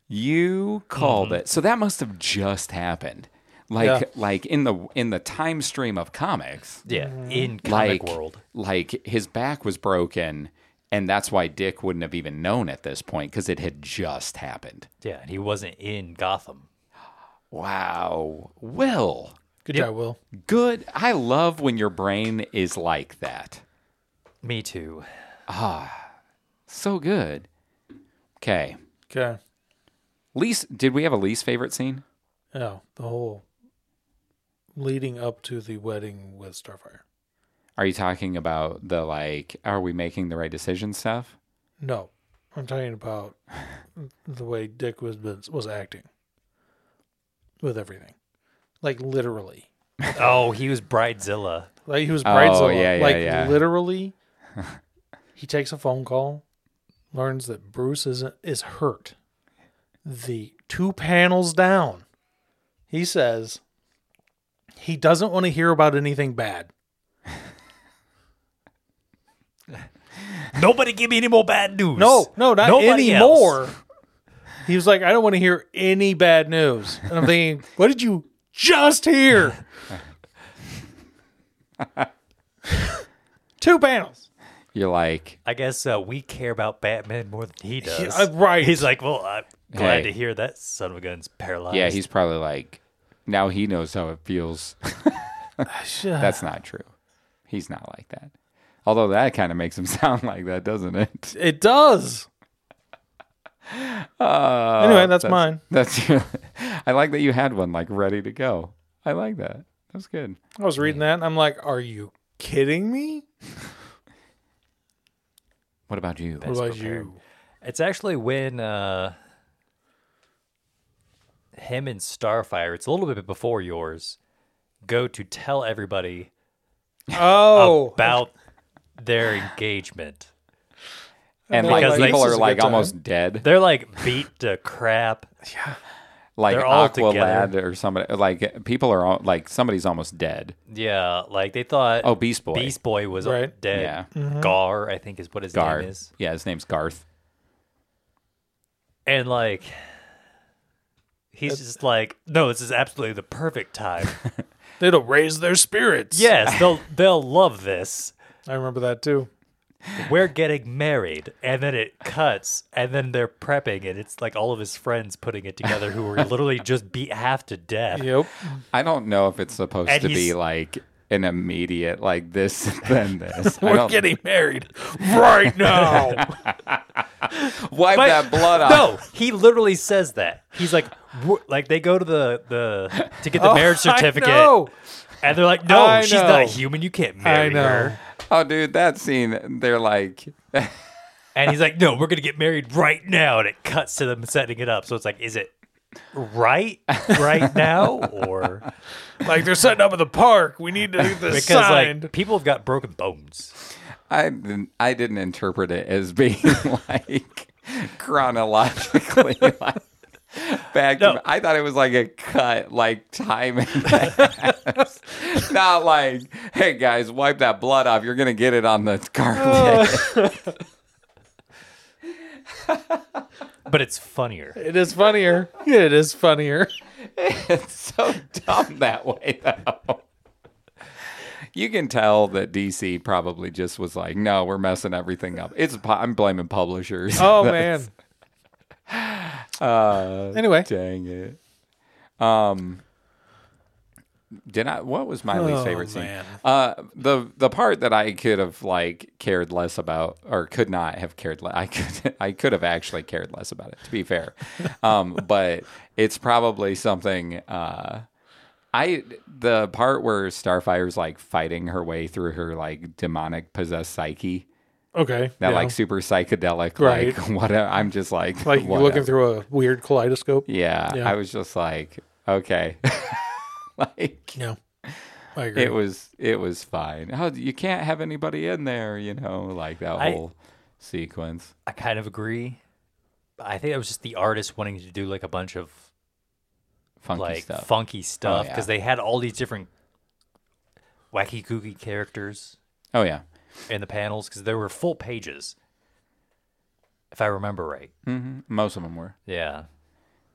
S1: You called
S3: Mm-hmm.
S1: it. So that must have just happened. Like
S2: Yeah.
S1: like in the in the time stream of comics.
S3: yeah, in
S1: Like
S3: comic world.
S1: like his back was broken and that's why Dick wouldn't have even known at this point cuz it had just happened.
S3: Yeah, and he wasn't in Gotham.
S1: Wow. Will.
S2: Good job, Will.
S1: Good. I love when your brain is like that.
S3: Me too.
S1: So good. Okay.
S2: Okay.
S1: Least did we have a least favorite scene?
S2: Yeah. The whole leading up to the wedding with Starfire.
S1: Are you talking about the like, are we making the right decision stuff?
S2: No, I'm talking about the way Dick was was acting with everything, like literally,
S3: Oh, he was Bridezilla.
S2: like he was
S1: Oh,
S2: Bridezilla.
S1: yeah, yeah,
S2: like
S1: yeah.
S2: literally, he takes a phone call, learns that Bruce is is hurt. The two panels down, he says he doesn't want to hear about anything bad.
S3: Nobody give me any more bad news.
S2: No, no, not
S3: Nobody else.
S2: anymore. He was like, I don't want to hear any bad news. And I'm thinking, what did you just hear? Two panels.
S1: You're like,
S3: I guess uh, we care about Batman more than he does.
S2: uh, right.
S3: He's like, well, I'm glad
S1: Hey.
S3: to hear that son of a gun's paralyzed.
S1: yeah, he's probably like, now he knows how it feels. That's not true. He's not like that. Although that kind of makes him sound like that, doesn't it?
S2: It does.
S1: Uh,
S3: Oh,
S2: Anyway, that's mine.
S1: That's your, I like that you had one like ready to go. I like that. That was good.
S2: I was reading that and I'm like, are you kidding me?
S1: What about you?
S2: What about
S3: prepared.
S2: you?
S3: It's actually when uh, him and Starfire, it's a little bit before yours, go to tell everybody
S2: Oh,
S3: about their engagement.
S1: And
S2: No,
S1: like
S3: because, like,
S1: people
S2: this is
S1: are
S2: a
S1: like
S2: good time.
S1: almost dead.
S3: They're like beat to crap.
S1: Like
S3: they're all
S1: Aqualad
S3: together.
S1: or somebody. Like people are all, like somebody's almost dead.
S3: Yeah, like they thought
S1: Oh, Beast Boy.
S3: Beast Boy was
S2: Right. Mm-hmm.
S3: dead.
S1: Yeah.
S3: Gar, I think, is what his name
S1: Garth.
S3: is.
S1: Yeah, his name's Garth.
S3: And like, he's just like, no, this is absolutely the perfect time.
S2: it'll raise their spirits.
S3: yes, they'll they'll love this.
S2: I remember that too.
S3: We're getting married, and then it cuts, and then they're prepping, and it's like all of his friends putting it together who were literally just beat half to death.
S2: Yep.
S1: I don't know if it's supposed
S3: And
S1: to be
S3: he's-
S1: like an immediate like this then this. I
S2: We're
S1: don't-
S2: getting married right now.
S1: wipe
S3: But-
S1: that blood off.
S3: No, he literally says that. He's like, "We're-" like they go to the the to get the marriage
S2: Oh, I
S3: certificate,
S2: know.
S3: and they're like, no,
S2: I
S3: she's
S2: know.
S3: not human. You can't marry
S2: I know.
S3: her.
S1: Oh, dude, that scene. They're like,
S3: And he's like, no, we're gonna get married right now. And it cuts to them setting it up. So it's like, is it right right now or
S2: Like they're setting up at the park. We need to get this
S3: because
S2: signed.
S3: like people have got broken bones.
S1: I didn't, I didn't interpret it as being like chronologically like back.
S3: No.
S1: To, I thought it was like a cut, like timing. that has- Not like, hey guys, wipe that blood off. You're gonna get it on the carpet.
S3: But it's funnier.
S2: it is funnier. It is funnier.
S1: it's so dumb that way though. You can tell that DC probably just was like, "No, we're messing everything up." It's pu- I'm blaming publishers.
S2: Oh man.
S1: Uh,
S2: Anyway,
S1: Dang it. Um, Did I? What was my least favorite scene?
S2: Oh, man.
S1: Uh, the the part that I could have like cared less about, or could not have cared. Le- I could I could have actually cared less about it. To be fair, um, but it's probably something. Uh, I the part where Starfire's like fighting her way through her like demonic possessed psyche.
S2: Okay.
S1: That
S2: yeah.
S1: like super psychedelic,
S2: Right.
S1: like whatever. I'm just like,
S2: like you're
S1: whatever.
S2: looking through a weird kaleidoscope.
S1: Yeah,
S2: Yeah.
S1: I was just like, okay, like
S2: Yeah. I agree.
S1: it was it was fine. How you can't have anybody in there, you know, like that
S3: I-
S1: whole sequence.
S3: I kind of agree. I think that was just the artist wanting to do like a bunch of
S1: Funky
S3: like
S1: stuff. Oh,
S3: funky stuff
S1: yeah.
S3: because they had all these different wacky kooky characters
S1: oh yeah,
S3: in the panels because there were full pages, if I remember right.
S1: hmm most of them were.
S3: Yeah,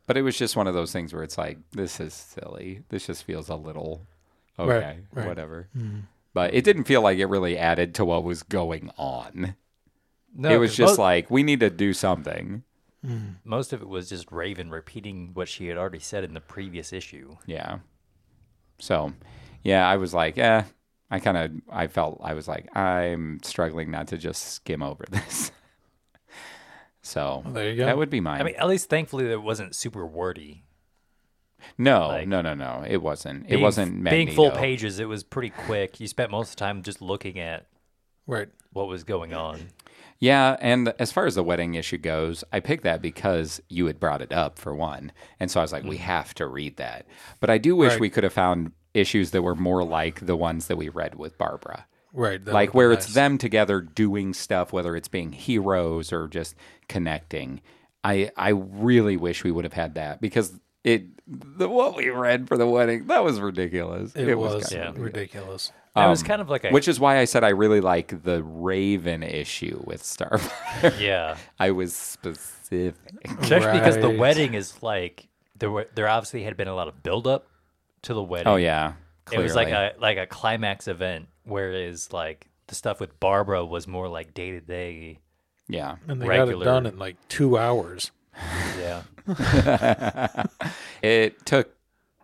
S1: But it was just one of those things where it's like, this is silly. This just feels a little okay,
S2: right.
S1: whatever. But it didn't feel like it really added to what was going on.
S3: no,
S1: it was
S3: 'cause
S1: just
S3: mo-
S1: like we need to do something.
S3: most of it was just Raven repeating what she had already said in the previous issue.
S1: Yeah. So, yeah, I was like, eh. I kind of, I felt, I was like, I'm struggling not to just skim over this. so
S2: there you go.
S1: that would be mine.
S3: I mean, at least thankfully that it wasn't super wordy.
S1: no,
S3: like-
S1: no, no, no. It wasn't. It
S3: Being-
S1: wasn't
S3: being full
S1: Magneto.
S3: pages. It was pretty quick. You spent most of the time just looking at
S2: right.
S3: what was going on.
S1: Yeah, and as far as the wedding issue goes, I picked that because you had brought it up for one, and so I was like, we
S3: Mm-hmm.
S1: have to read that. But I do wish
S2: Right.
S1: we could have found issues that were more like the ones that we read with Barbara.
S2: Right. that
S1: like
S2: would be
S1: where it's
S2: nice.
S1: them together doing stuff whether it's being heroes or just connecting i i really wish we would have had that because it the what we read for the wedding that was ridiculous
S2: It, was,
S1: kinda ridiculous.
S2: ridiculous.
S3: it was kind of like a
S1: which is why i said i really like the raven issue with starfire
S3: yeah.
S1: i was specific
S3: Especially because the
S2: Right.
S3: wedding is like there were there obviously had been a lot of build up to the wedding.
S1: oh yeah
S3: It
S1: clearly.
S3: was like a like a climax event, whereas like the stuff with Barbara was more like day to day.
S1: yeah
S2: And they got it
S3: regular-
S2: done in like two hours.
S3: Yeah.
S1: it took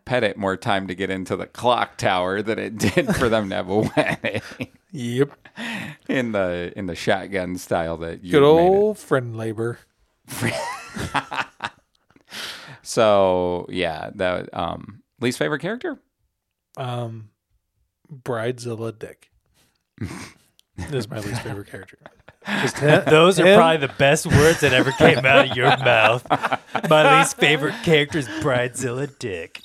S1: pettit more time to get into the clock tower than it did for them to have a wedding
S2: Yep.
S1: in the in the shotgun style that you
S2: Good
S1: made it.
S2: old friend labor.
S1: So yeah, that um least favorite character.
S2: Um, Bridezilla Dick is my least favorite character. Just him-
S3: Those are
S2: him-
S3: probably the best words that ever came out of your mouth. My least favorite character is Bridezilla Dick.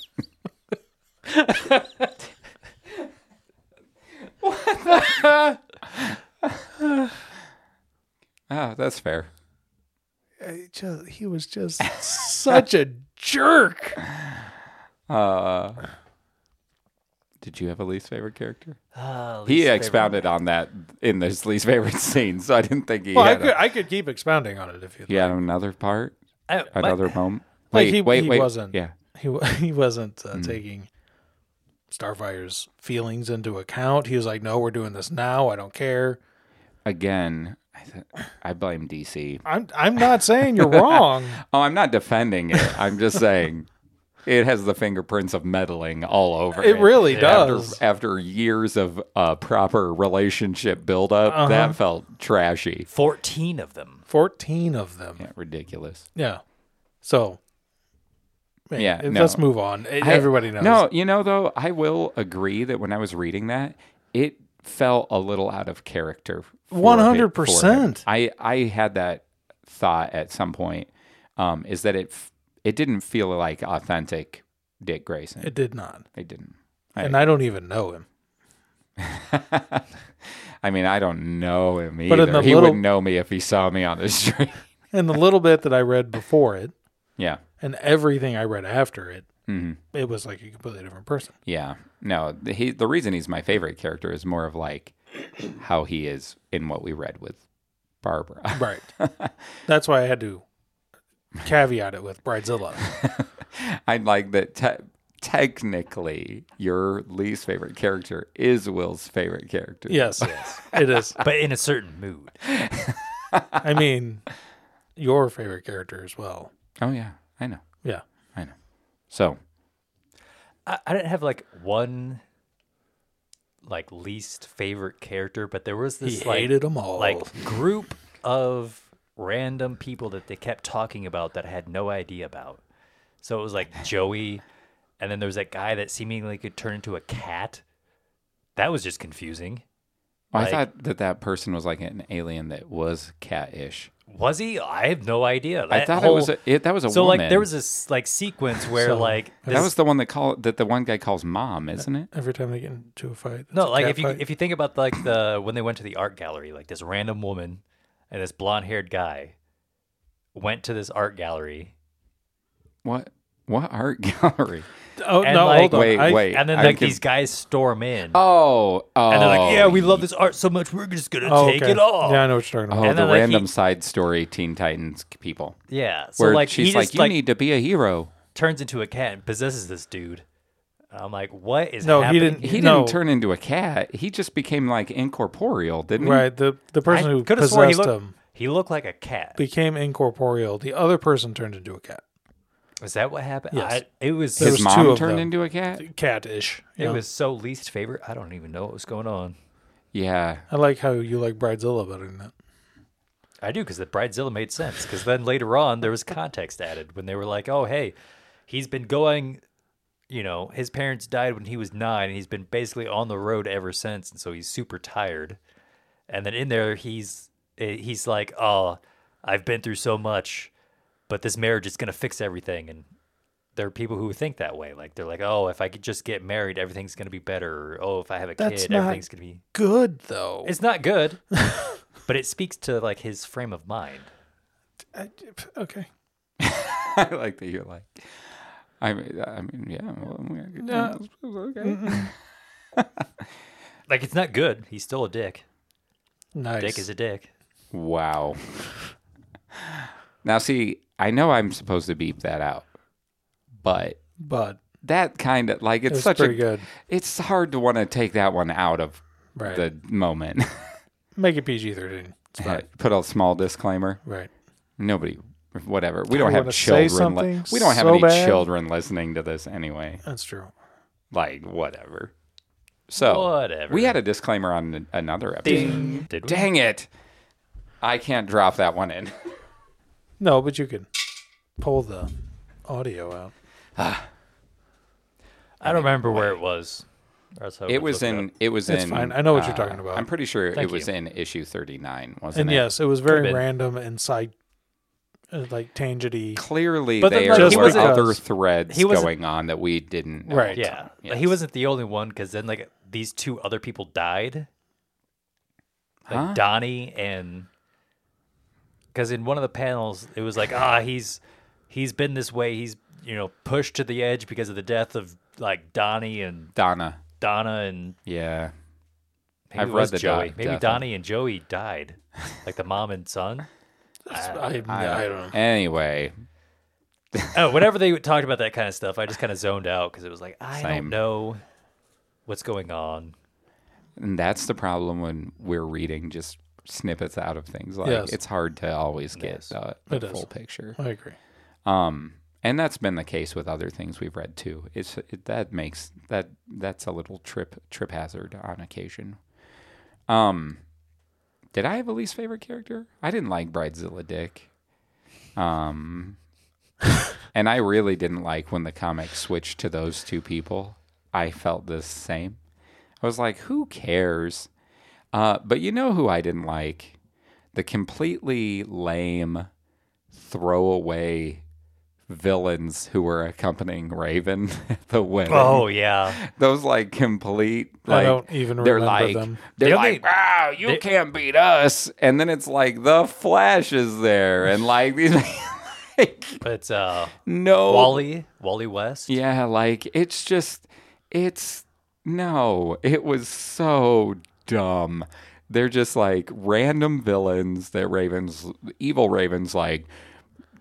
S1: Ah, that's fair.
S2: I just- he was just such a jerk.
S1: Uh, did you have a least favorite character?
S3: Ah,
S1: He
S3: least favorite.
S1: expounded on that in this least favorite scene, so I didn't think he
S2: Well, I
S1: had.
S2: could
S1: A,
S2: I could keep expounding on it if you
S1: he had another part,
S3: I- my-
S1: another moment.
S2: Like,
S1: Wait,
S2: he-
S1: wait,
S2: he
S1: wait.
S2: wasn't.
S1: Yeah,
S2: he wa- he wasn't
S1: Mm.
S2: uh, taking Starfire's feelings into account. He was like, "No, we're doing this now. I don't care."
S1: again, I, th- I blame DC.
S2: I'm I'm not saying you're wrong.
S1: Oh, I'm not defending it. I'm just saying. It has the fingerprints of meddling all over
S2: It really
S1: after,
S2: does.
S1: after years of uh, proper relationship buildup,
S2: Uh-huh.
S1: that felt trashy.
S3: 14 of them.
S2: Fourteen of them. Yeah.
S1: Yeah, ridiculous.
S2: So, man,
S1: Yeah,
S2: it-
S1: no.
S2: let's move on. It- Everybody knows.
S1: No, you know though, I will agree that when I was reading that, it felt a little out of character. for it- for him.
S2: 100%.
S1: I I had that thought at some point. Um, is that it? f- It didn't feel like authentic Dick Grayson. It,
S2: it did not,
S1: didn't.
S2: and I don't even know him.
S1: I mean, I don't know him
S2: But
S1: either.
S2: in the
S1: he
S2: little-
S1: wouldn't know me if he saw me on the street.
S2: And the little bit that I read before it,
S1: yeah.
S2: and everything I read after it,
S1: hmm
S2: it was like a completely different person.
S1: Yeah. No, the- he the reason he's my favorite character is more of like how he is in what we read with Barbara.
S2: Right. That's why I had to caveat it with Bridezilla.
S1: I'd like that te- technically your least favorite character is Will's favorite character.
S2: Yes, yes, it is.
S3: But in a certain mood.
S2: I mean, your favorite character as well.
S1: Oh yeah, I know.
S2: Yeah.
S1: I know. So,
S3: I, I didn't have like one like least favorite character, but there was
S2: He
S3: this like
S2: hated them all.
S1: Oh.
S3: like group of random people that they kept talking about that I had no idea about. So it was like Joey, and then there was that guy that seemingly could turn into a cat. That was just confusing.
S1: I
S3: Like-
S1: thought that that person was like an alien that was cat-ish.
S3: Was he? I have no idea.
S1: I
S3: That
S1: thought it
S3: whole-
S1: was a, it, that was a
S3: so
S1: woman.
S3: like there was this like sequence where
S2: So-
S3: like this,
S1: that was the one that call that the one guy calls mom, isn't it?
S2: every time they get into a fight. it's a
S3: no like
S2: cat
S3: if you
S2: fight.
S3: if you think about like the when they went to the art gallery like this random woman and this blonde haired guy went to this art gallery
S1: What what art gallery?
S2: oh
S3: and
S2: no,
S3: like-
S2: hold on.
S1: Wait,
S2: I-
S1: wait.
S3: and then
S1: I
S3: like
S1: can-
S3: these guys storm in
S1: Oh, oh,
S3: and they're like yeah we love this art so much we're just gonna
S2: oh,
S3: take
S2: okay.
S3: it all
S2: Yeah, I
S3: yeah,
S2: know what you're talking
S1: Oh,
S2: about.
S3: And
S1: the
S3: then, like, he-
S1: random side story Teen Titans people,
S3: so
S1: where
S3: like he
S1: she's
S3: just
S1: like, "You need to be a hero."
S3: turns into a cat and possesses this dude I'm like what is
S2: No, he
S3: happening
S2: didn't-
S3: here?
S1: He didn't
S2: No.
S1: turn into a cat. He just became like incorporeal, didn't he?
S2: Right, the the person
S3: I
S2: who
S3: could have sworn he
S2: possessed
S3: looked
S2: him
S3: he looked like a cat
S2: became incorporeal. The other person turned into a cat,
S3: Is that what happened?
S2: Yes.
S3: I, it was
S2: There
S1: His
S2: was two
S1: mom
S2: of
S1: turned
S2: them.
S1: into a cat.
S2: cat-ish.
S3: it
S2: you know?
S3: was so least favorite. I don't even know what was going on.
S1: Yeah,
S2: I like how you like Bridezilla better than that.
S3: I do because the Bridezilla made sense. Because then later on there was context added when they were like, "Oh hey, he's been going." You know, his parents died when he was nine, and he's been basically on the road ever since, and so he's super tired. And then in there, he's eh, he's like, "Oh, I've been through so much, but this marriage is gonna fix everything." And there are people who think that way, like they're like, "Oh, if I could just get married, everything's gonna be better." Or, "Oh, if I have a
S2: That's
S3: kid,
S2: not-
S3: everything's gonna be."
S2: Good though.
S3: It's not good, but it speaks to like his frame of mind.
S2: I- okay.
S1: I like that you're like. I mean, I mean yeah. Well, yeah. Okay.
S3: Like it's not good. He's still a dick.
S2: Nice.
S3: Dick is a dick.
S1: Wow. now, see, I know I'm supposed to beep that out, but
S2: but
S1: that kind of like it's
S2: it's
S1: such a
S2: pretty good.
S1: it's hard to want to take that one out of
S2: Right.
S1: the moment.
S2: Make it PG thirteen. It's fine.
S1: Put a small disclaimer.
S2: Right.
S1: Nobody, whatever. We
S2: I
S1: don't have
S2: wanna
S1: children.
S2: say
S1: li-
S2: something
S1: we don't have
S2: so
S1: any
S2: bad.
S1: children listening to this anyway.
S2: That's true.
S1: Like whatever. So
S3: Whatever.
S1: Oh. We had a disclaimer on an- another episode.
S3: Ding. Did we?
S1: Dang it! I can't drop that one in.
S2: No, but you could pull the audio out.
S3: I don't remember where it was. That's how I
S1: It
S3: would
S1: was
S3: look
S1: in.
S3: up.
S1: It was
S2: It's
S1: in. uh,
S2: fine. I know what you're talking about.
S1: I'm pretty sure
S3: Thank
S1: it was
S3: you.
S1: in issue 39, wasn't
S2: And
S1: it?
S2: yes, it was very
S3: been.
S2: random and side, uh, like tangenty.
S1: Clearly,
S2: But then,
S1: there
S2: like,
S3: he
S1: were
S3: wasn't-
S1: other threads
S3: he wasn't-
S1: going on that we didn't. Know.
S2: Right.
S3: Yeah, but he
S1: Yes.
S3: wasn't the only one because then like these two other people died, like
S1: Huh?
S3: Donnie and because in one of the panels it was like ah he's he's been this way he's you know pushed to the edge because of the death of like Donnie and
S1: Donna.
S3: Donna and
S1: Yeah.
S3: Maybe
S1: I've
S3: it
S1: read
S3: was
S1: the
S3: Joey.
S1: doc-
S3: Maybe
S1: death.
S3: Donnie and Joey died, like the mom and son.
S2: I, I don't know.
S1: Anyway,
S3: Oh, whenever they talked about that kind of stuff, I just kind of zoned out because it was like I
S1: Same.
S3: don't know what's going on.
S1: and that's the problem when we're reading just snippets out of things. Like
S2: Yes.
S1: it's hard to always get
S3: Yes.
S1: the,
S2: It
S1: the
S2: is.
S1: full picture.
S2: I agree.
S1: Um, and that's been the case with other things we've read too. It's it, that makes that that's a little trip trip hazard on occasion. Um, did I have a least favorite character? I didn't like Bridezilla Dick. Um, and I really didn't like when the comic switched to those two people. I felt the same. I was like, who cares? Uh, but you know who I didn't like? The completely lame throwaway villains who were accompanying Raven at the wedding.
S3: Oh yeah,
S1: Those like complete like
S2: I don't even
S1: they're
S2: remember
S1: like
S2: them.
S1: they're
S3: They only-
S1: like wow you
S3: they-
S1: can't beat us and then it's like the Flash is there and like these like
S3: but uh,
S1: no
S3: Wally, Wally West.
S1: Oh. yeah like it's just it's no it was so dumb they're just like random villains that Ravens evil Ravens like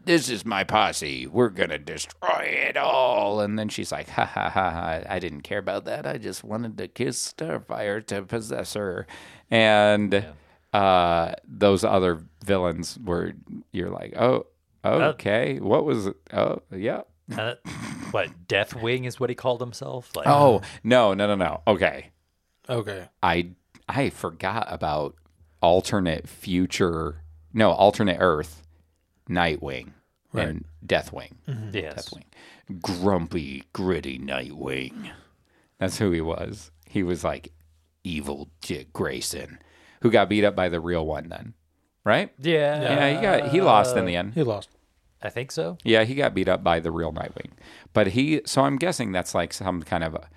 S1: this is my posse. We're gonna destroy it all. And then she's like, ha ha ha ha. I didn't care about that. I just wanted to kiss Starfire to possess her. And uh, those other villains were. You're like, oh, okay. what was? it? Oh, yeah.
S3: Uh, What, Deathwing is what he called himself? Like,
S1: Oh no, no, no, no. Okay,
S2: Okay.
S1: I I forgot about alternate future. No, alternate Earth, Nightwing, and Deathwing.
S3: yes.
S1: Deathwing, grumpy, gritty Nightwing. That's who he was. He was like evil Dick Grayson, who got beat up by the real one. Then, right?
S3: Yeah.
S1: yeah, he got he lost in the end.
S2: He lost.
S3: I think so.
S1: Yeah, he got beat up by the real Nightwing. But he, so I'm guessing that's like some kind of a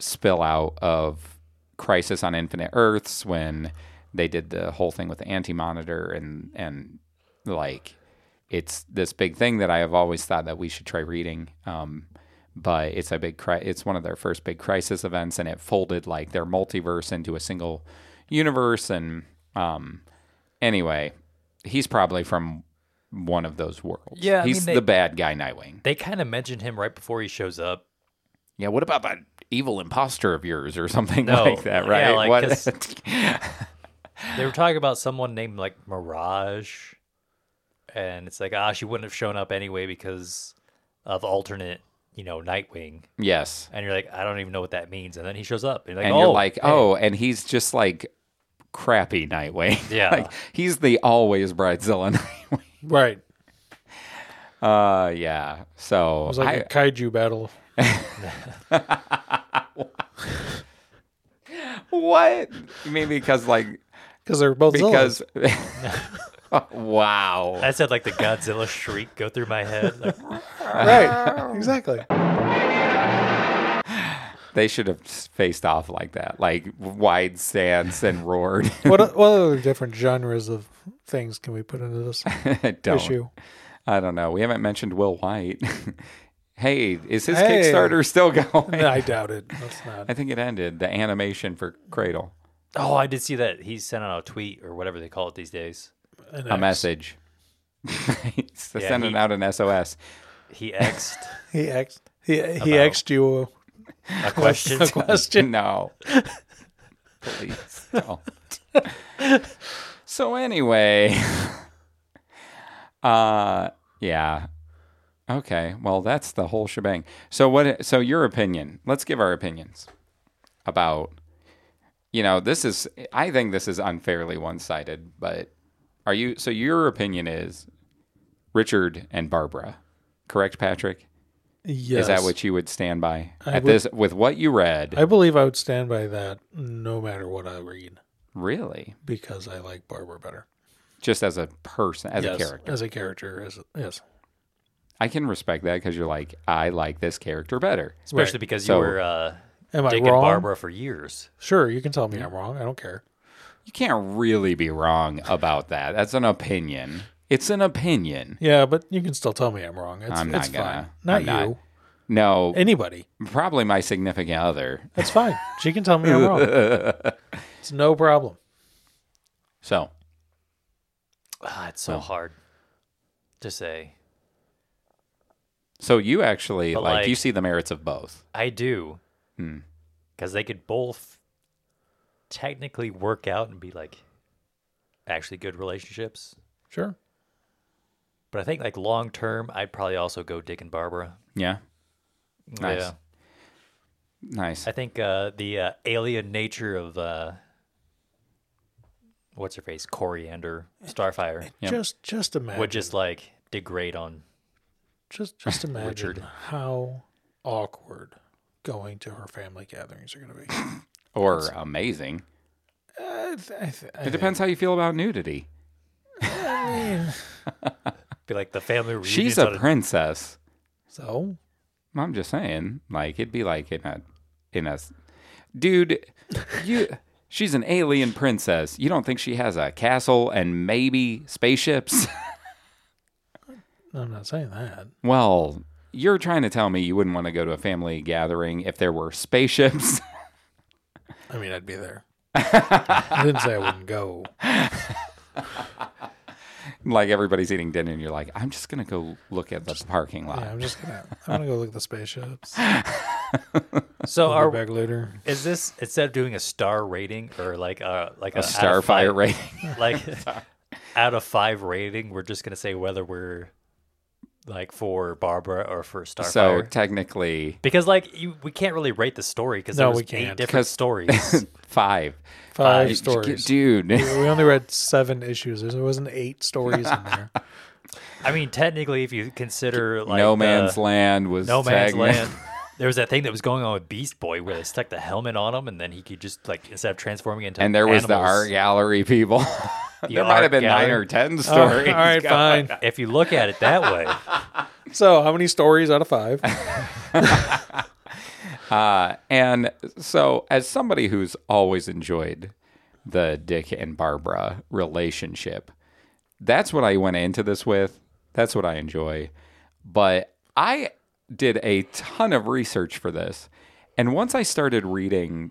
S1: spill out of Crisis on Infinite Earths when they did the whole thing with the Anti Monitor and and like it's this big thing that I have always thought that we should try reading. Um, but it's a big cri- it's one of their first big crisis events and it folded like their multiverse into a single universe and um anyway he's probably from one of those worlds
S3: Yeah, I
S1: he's
S3: mean, they-
S1: the bad guy nightwing
S3: They kind of mentioned him right before he shows up.
S1: yeah what about that evil imposter of yours or something
S3: No.
S1: like that
S3: Yeah,
S1: right
S3: like,
S1: What-
S3: 'cause- They were talking about someone named like Mirage. And it's like, ah, she wouldn't have shown up anyway because of alternate, you know, Nightwing.
S1: yes
S3: And you're like, I don't even know what that means. And then he shows up. And you're like,
S1: and
S3: oh,
S1: you're like,
S3: hey.
S1: oh, and he's just like crappy Nightwing.
S3: Yeah.
S1: like, he's the always Brightzilla Nightwing.
S2: Right. It
S1: Uh, yeah. So
S2: was like a kaiju battle.
S1: I, what? Maybe because like
S2: Because they're both
S1: because.
S2: Because
S1: wow.
S3: I said like the Godzilla shriek go through my head. Like,
S2: Right. Exactly.
S1: They should have faced off like that, like wide stance and roared.
S2: What, o- what other different genres of things can we put into this
S1: Don't.
S2: issue?
S1: I don't know. We haven't mentioned Will White. hey, is his
S2: Hey.
S1: Kickstarter still going?
S2: I doubt it. That's not.
S1: I think it ended the animation for Cradle.
S3: oh, I did see that he sent out a tweet or whatever they call it these days.
S2: an
S1: a
S2: X.
S1: message. so
S3: Yeah,
S1: sending
S3: he-
S1: out an SOS.
S3: He asked
S2: He asked. He he asked you
S3: a question.
S2: a question.
S1: No. Please don't. so anyway. Uh yeah. Okay. Well, that's the whole shebang. So what so your opinion. Let's give our opinions about you know, this is I think this is unfairly one-sided, but are you so your opinion is Richard and Barbara. Correct, Patrick?
S2: Yes.
S1: Is that what you would stand by
S2: I
S1: at
S2: would-
S1: this with what you read?
S2: I believe I would stand by that no matter what I read
S1: Really?
S2: because I like Barbara better.
S1: Just as a person, as
S2: yes,
S1: a character.
S2: As a character. As a- yes.
S1: I can respect that because you're like, I like this character better.
S3: Especially because you
S1: So-
S3: were uh,
S2: Am I
S3: digging
S2: wrong?
S3: Barbara for years.
S2: Sure, you can tell me I'm wrong. I don't care.
S1: You can't really be wrong about that. That's an opinion. It's an opinion.
S2: Yeah, but you can still tell me I'm wrong. It's,
S1: I'm not
S2: it's fine.
S1: gonna.
S2: Not
S1: I'm
S2: you.
S1: not. No,
S2: Anybody.
S1: probably my significant other.
S2: That's fine. She can tell me I'm wrong. It's no problem.
S1: So,
S3: Ah, it's so
S1: Well.
S3: hard to say.
S1: so you actually
S3: But,
S1: like,
S3: like-
S1: you see the merits of both.
S3: I do.
S1: Hmm.
S3: Because they could both technically work out and be like actually good relationships.
S2: Sure.
S3: But I think like long term, I'd probably also go Dick and Barbara.
S1: Yeah, Nice.
S3: Yeah.
S1: nice.
S3: I think uh, the uh, alien nature of uh, what's her face, Coriander Starfire,
S1: Yep.
S2: Just just imagine.
S3: would just like degrade on.
S2: just just imagine
S3: Richard.
S2: how awkward going to her family gatherings are going to be.
S1: Or amazing.
S2: I th- I th- I
S1: It
S2: think-
S1: depends how you feel about nudity.
S3: Be like the family reunion.
S1: She's a princess.
S2: So
S1: I'm just saying, like it'd be like in a in a s- dude, you she's an alien princess. You don't think she has a castle and maybe spaceships?
S2: I'm not saying that.
S1: well, you're trying to tell me you wouldn't want to go to a family gathering if there were spaceships?
S2: I mean, I'd be there. I didn't say I wouldn't go.
S1: like everybody's eating dinner and you're like, I'm just gonna go look at the parking lot.
S2: Yeah, I'm just gonna. I'm gonna go look at the spaceships.
S3: so
S2: I'll
S3: are
S2: be back later.
S3: is this instead of doing a star rating or like a like a,
S1: A
S3: out of five-
S1: starfire rating.
S3: like out of five rating, we're just gonna say whether we're like for Barbara or for Starfire?
S1: So technically,
S3: because like you, we can't really rate the story because
S2: No,
S3: there was
S2: we can't.
S3: eight different
S1: 'Cause-
S3: stories.
S1: five.
S2: Five
S1: It-
S2: stories.
S1: dude.
S2: We only read seven issues. There wasn't eight stories in there.
S3: I mean, technically, if you consider like
S1: no
S3: the-
S1: man's land was
S3: No Man's
S1: techni-
S3: Land. There was that thing that was going on with Beast Boy where they stuck the helmet on him, and then he could just like instead of transforming into
S1: and there was the
S3: animals,
S1: art gallery people.
S3: the
S1: there might have
S3: art
S1: been nine
S3: gallery.
S1: or ten stories.
S2: all right, fine.
S3: If you look at it that way,
S2: So, how many stories out of five?
S1: Uh, and so, as somebody who's always enjoyed the Dick and Barbara relationship, that's what I went into this with. That's what I enjoy. But I did a ton of research for this. And once I started reading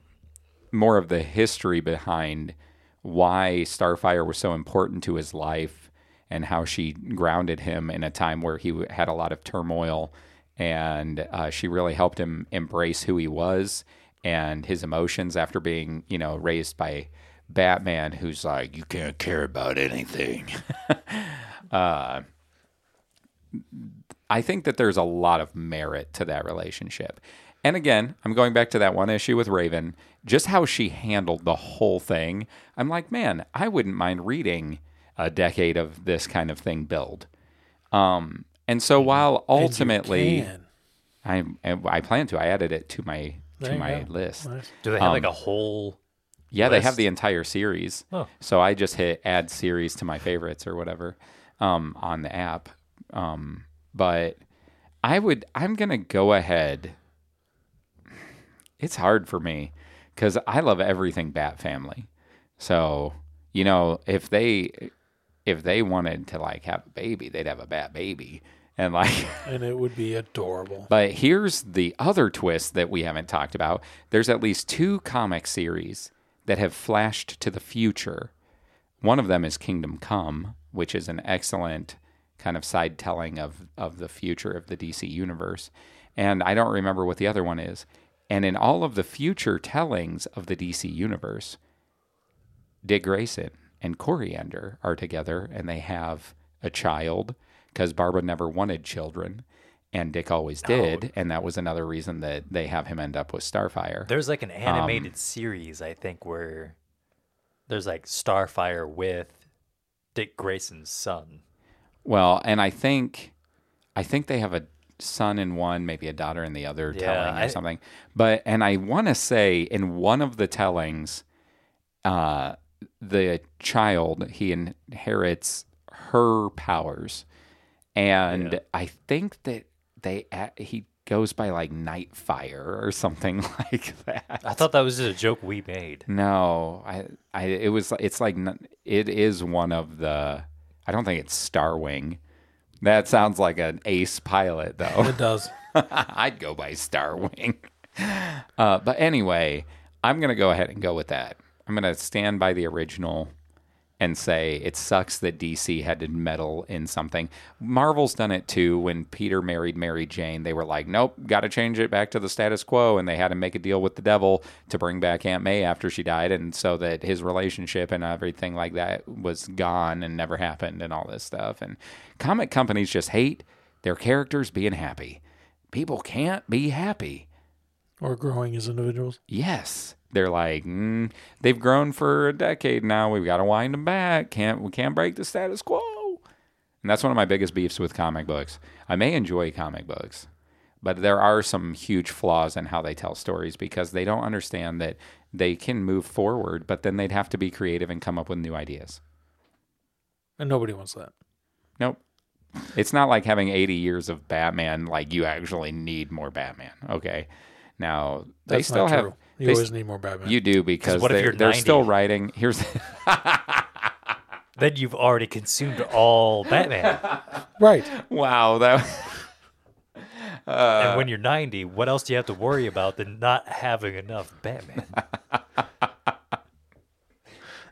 S1: more of the history behind why Starfire was so important to his life and how she grounded him in a time where he w- had a lot of turmoil. And uh, she really helped him embrace who he was and his emotions after being, you know, raised by Batman, who's like, you can't care about anything. I think that there's a lot of merit to that relationship. And again, I'm going back to that one issue with Raven, just how she handled the whole thing. I'm like, man, I wouldn't mind reading a decade of this kind of thing build. Um, and so while ultimately
S2: Man.
S1: I I plan to, I added it to my
S2: There
S1: to
S2: you
S1: my
S2: go.
S1: list.
S2: Nice.
S3: do they have like a
S1: Um,
S3: whole?
S1: Yeah, they have
S3: list?
S1: the entire series.
S3: Oh.
S1: So I just hit add series to my favorites or whatever um, on the app. Um, but I would, I'm going to go ahead. It's hard for me because I love everything Bat Family. So, you know, if they, if they wanted to like have a baby, they'd have a Bat Baby. And like,
S2: And it would be adorable.
S1: but here's the other twist that we haven't talked about. There's at least two comic series that have flashed to the future. One of them is Kingdom Come, which is an excellent kind of side telling of, of the future of the DC universe. And I don't remember what the other one is. And in all of the future tellings of the DC universe, Dick Grayson and Coriander are together and they have a child because Barbara never wanted children and Dick always did. And that was another reason that they have him end up with Starfire.
S3: There's like an animated series I think where there's like Starfire with Dick Grayson's son.
S1: Well, and I think I think they have a son in one, maybe a daughter in the other
S3: Yeah,
S1: telling or
S3: I-
S1: something. But and I want to say in one of the tellings, uh, the child he inherits her powers, and I think that they a- he goes by like Nightfire or something like that.
S3: I thought that was just a joke we made.
S1: No, I, I, it was, it's like, n- it is one of the, I don't think it's Starwing. That sounds like an ace pilot, though.
S2: It does.
S1: I'd go by Starwing. Uh, but anyway, I'm going to go ahead and go with that. I'm going to stand by the original and say it sucks that DC had to meddle in something. Marvel's done it too. When Peter married Mary Jane, they were like, nope, got to change it back to the status quo. And they had to make a deal with the devil to bring back Aunt May after she died. And so that his relationship and everything like that was gone and never happened and all this stuff. And comic companies just hate their characters being happy. People can't be happy.
S2: Or growing as individuals.
S1: Yes. They're like, mm, they've grown for a decade now. We've got to wind them back. Can't we can't break the status quo? And that's one of my biggest beefs with comic books. I may enjoy comic books, but there are some huge flaws in how they tell stories because they don't understand that they can move forward, but then they'd have to be creative and come up with new ideas.
S2: And nobody wants that.
S1: Nope. It's not like having 80 years of Batman, like you actually need more Batman. Okay. Now, they
S2: That's
S1: still
S2: not
S1: have.
S2: true. You
S1: they
S2: always need more Batman.
S1: You do because
S3: what if
S1: they're,
S3: you're
S1: they're
S3: 90?
S1: still writing. Here's
S3: Then you've already consumed all Batman.
S2: right.
S1: wow that
S3: and when you're 90, what else do you have to worry about than not having enough Batman?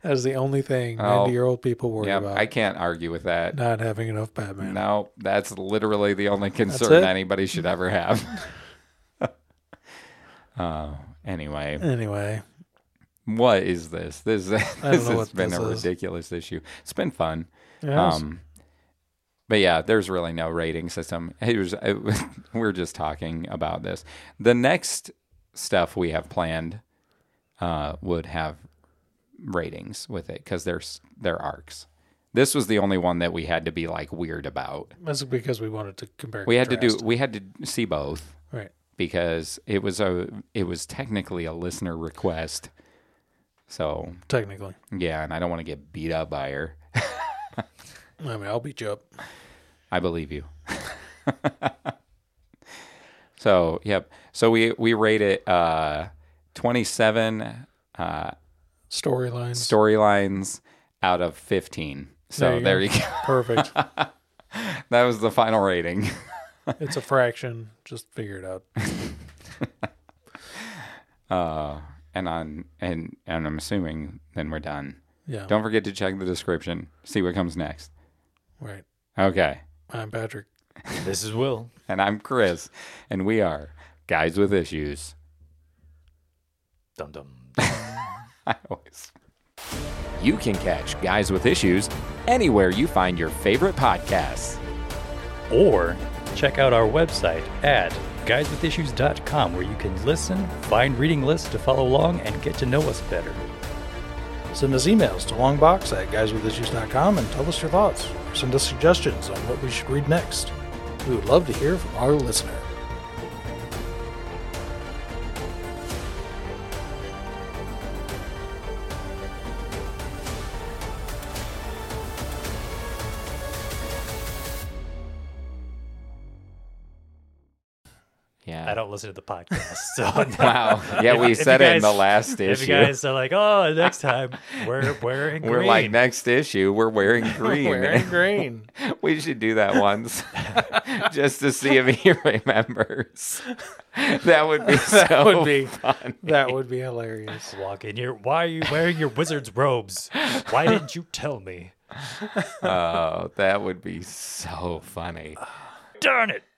S2: That is the only thing
S1: Oh.
S2: 90 year old people worry
S1: yeah
S2: about.
S1: I can't argue with that. No.
S2: not having enough Batman.
S1: that's literally the only
S2: it?
S1: concern anybody should ever have. Oh, anyway,
S2: Anyway,
S1: what is this? This this
S2: know
S1: has
S2: what
S1: been
S2: this
S1: a
S2: is.
S1: ridiculous issue. It's been fun.
S2: yes.
S1: Um, But yeah, there's really no rating system. It was, it was- we're just talking about this. The next stuff we have planned uh, would have ratings with it because they're, s- they're arcs. This was the only one that we had to be like weird about.
S2: That's because we wanted to compare.
S1: We had to do we had to see both
S2: right.
S1: because it was a it was technically a listener request. So
S2: Technically,
S1: yeah, and I don't want to get beat up by her.
S2: I mean, I'll beat you up.
S1: I believe you. so yep. So we we rate it uh, twenty seven uh,
S2: Storylines.
S1: storylines out of fifteen. So there you, go.
S2: Perfect.
S1: That was the final rating.
S2: it's a fraction. Just figure it out.
S1: Uh, and on and and I'm assuming then we're done.
S2: Yeah.
S1: Don't forget to check the description. See what comes next.
S2: Right.
S1: Okay.
S2: I'm Patrick.
S3: This is Will.
S1: And I'm Chris, and we are guys with issues.
S3: Dum dum.
S1: I always. You can catch Guys with Issues anywhere you find your favorite podcasts.
S3: Or check out our website at guyswithissues.com where you can listen, find reading lists to follow along, and get to know us better.
S2: Send us emails to longbox at guyswithissues.com and tell us your thoughts. Or send us suggestions on what we should read next. We would love to hear from our listener.
S1: Yeah.
S3: I don't listen to the podcast, so
S1: Wow. Yeah, we
S3: If you
S1: said it in the
S3: guys-
S1: last
S3: if you
S1: issue.
S3: guys are like, "Oh, next time we're we're in
S1: we're like
S3: green."
S1: next issue, we're wearing green.
S2: green.
S1: we should do that once, just to see if he remembers. That would be so.
S2: That would be
S1: funny.
S2: that would be hilarious.
S3: walk in here. Why are you wearing your wizard's robes? Why didn't you tell me?
S1: Oh, that would be so funny.
S3: Darn it!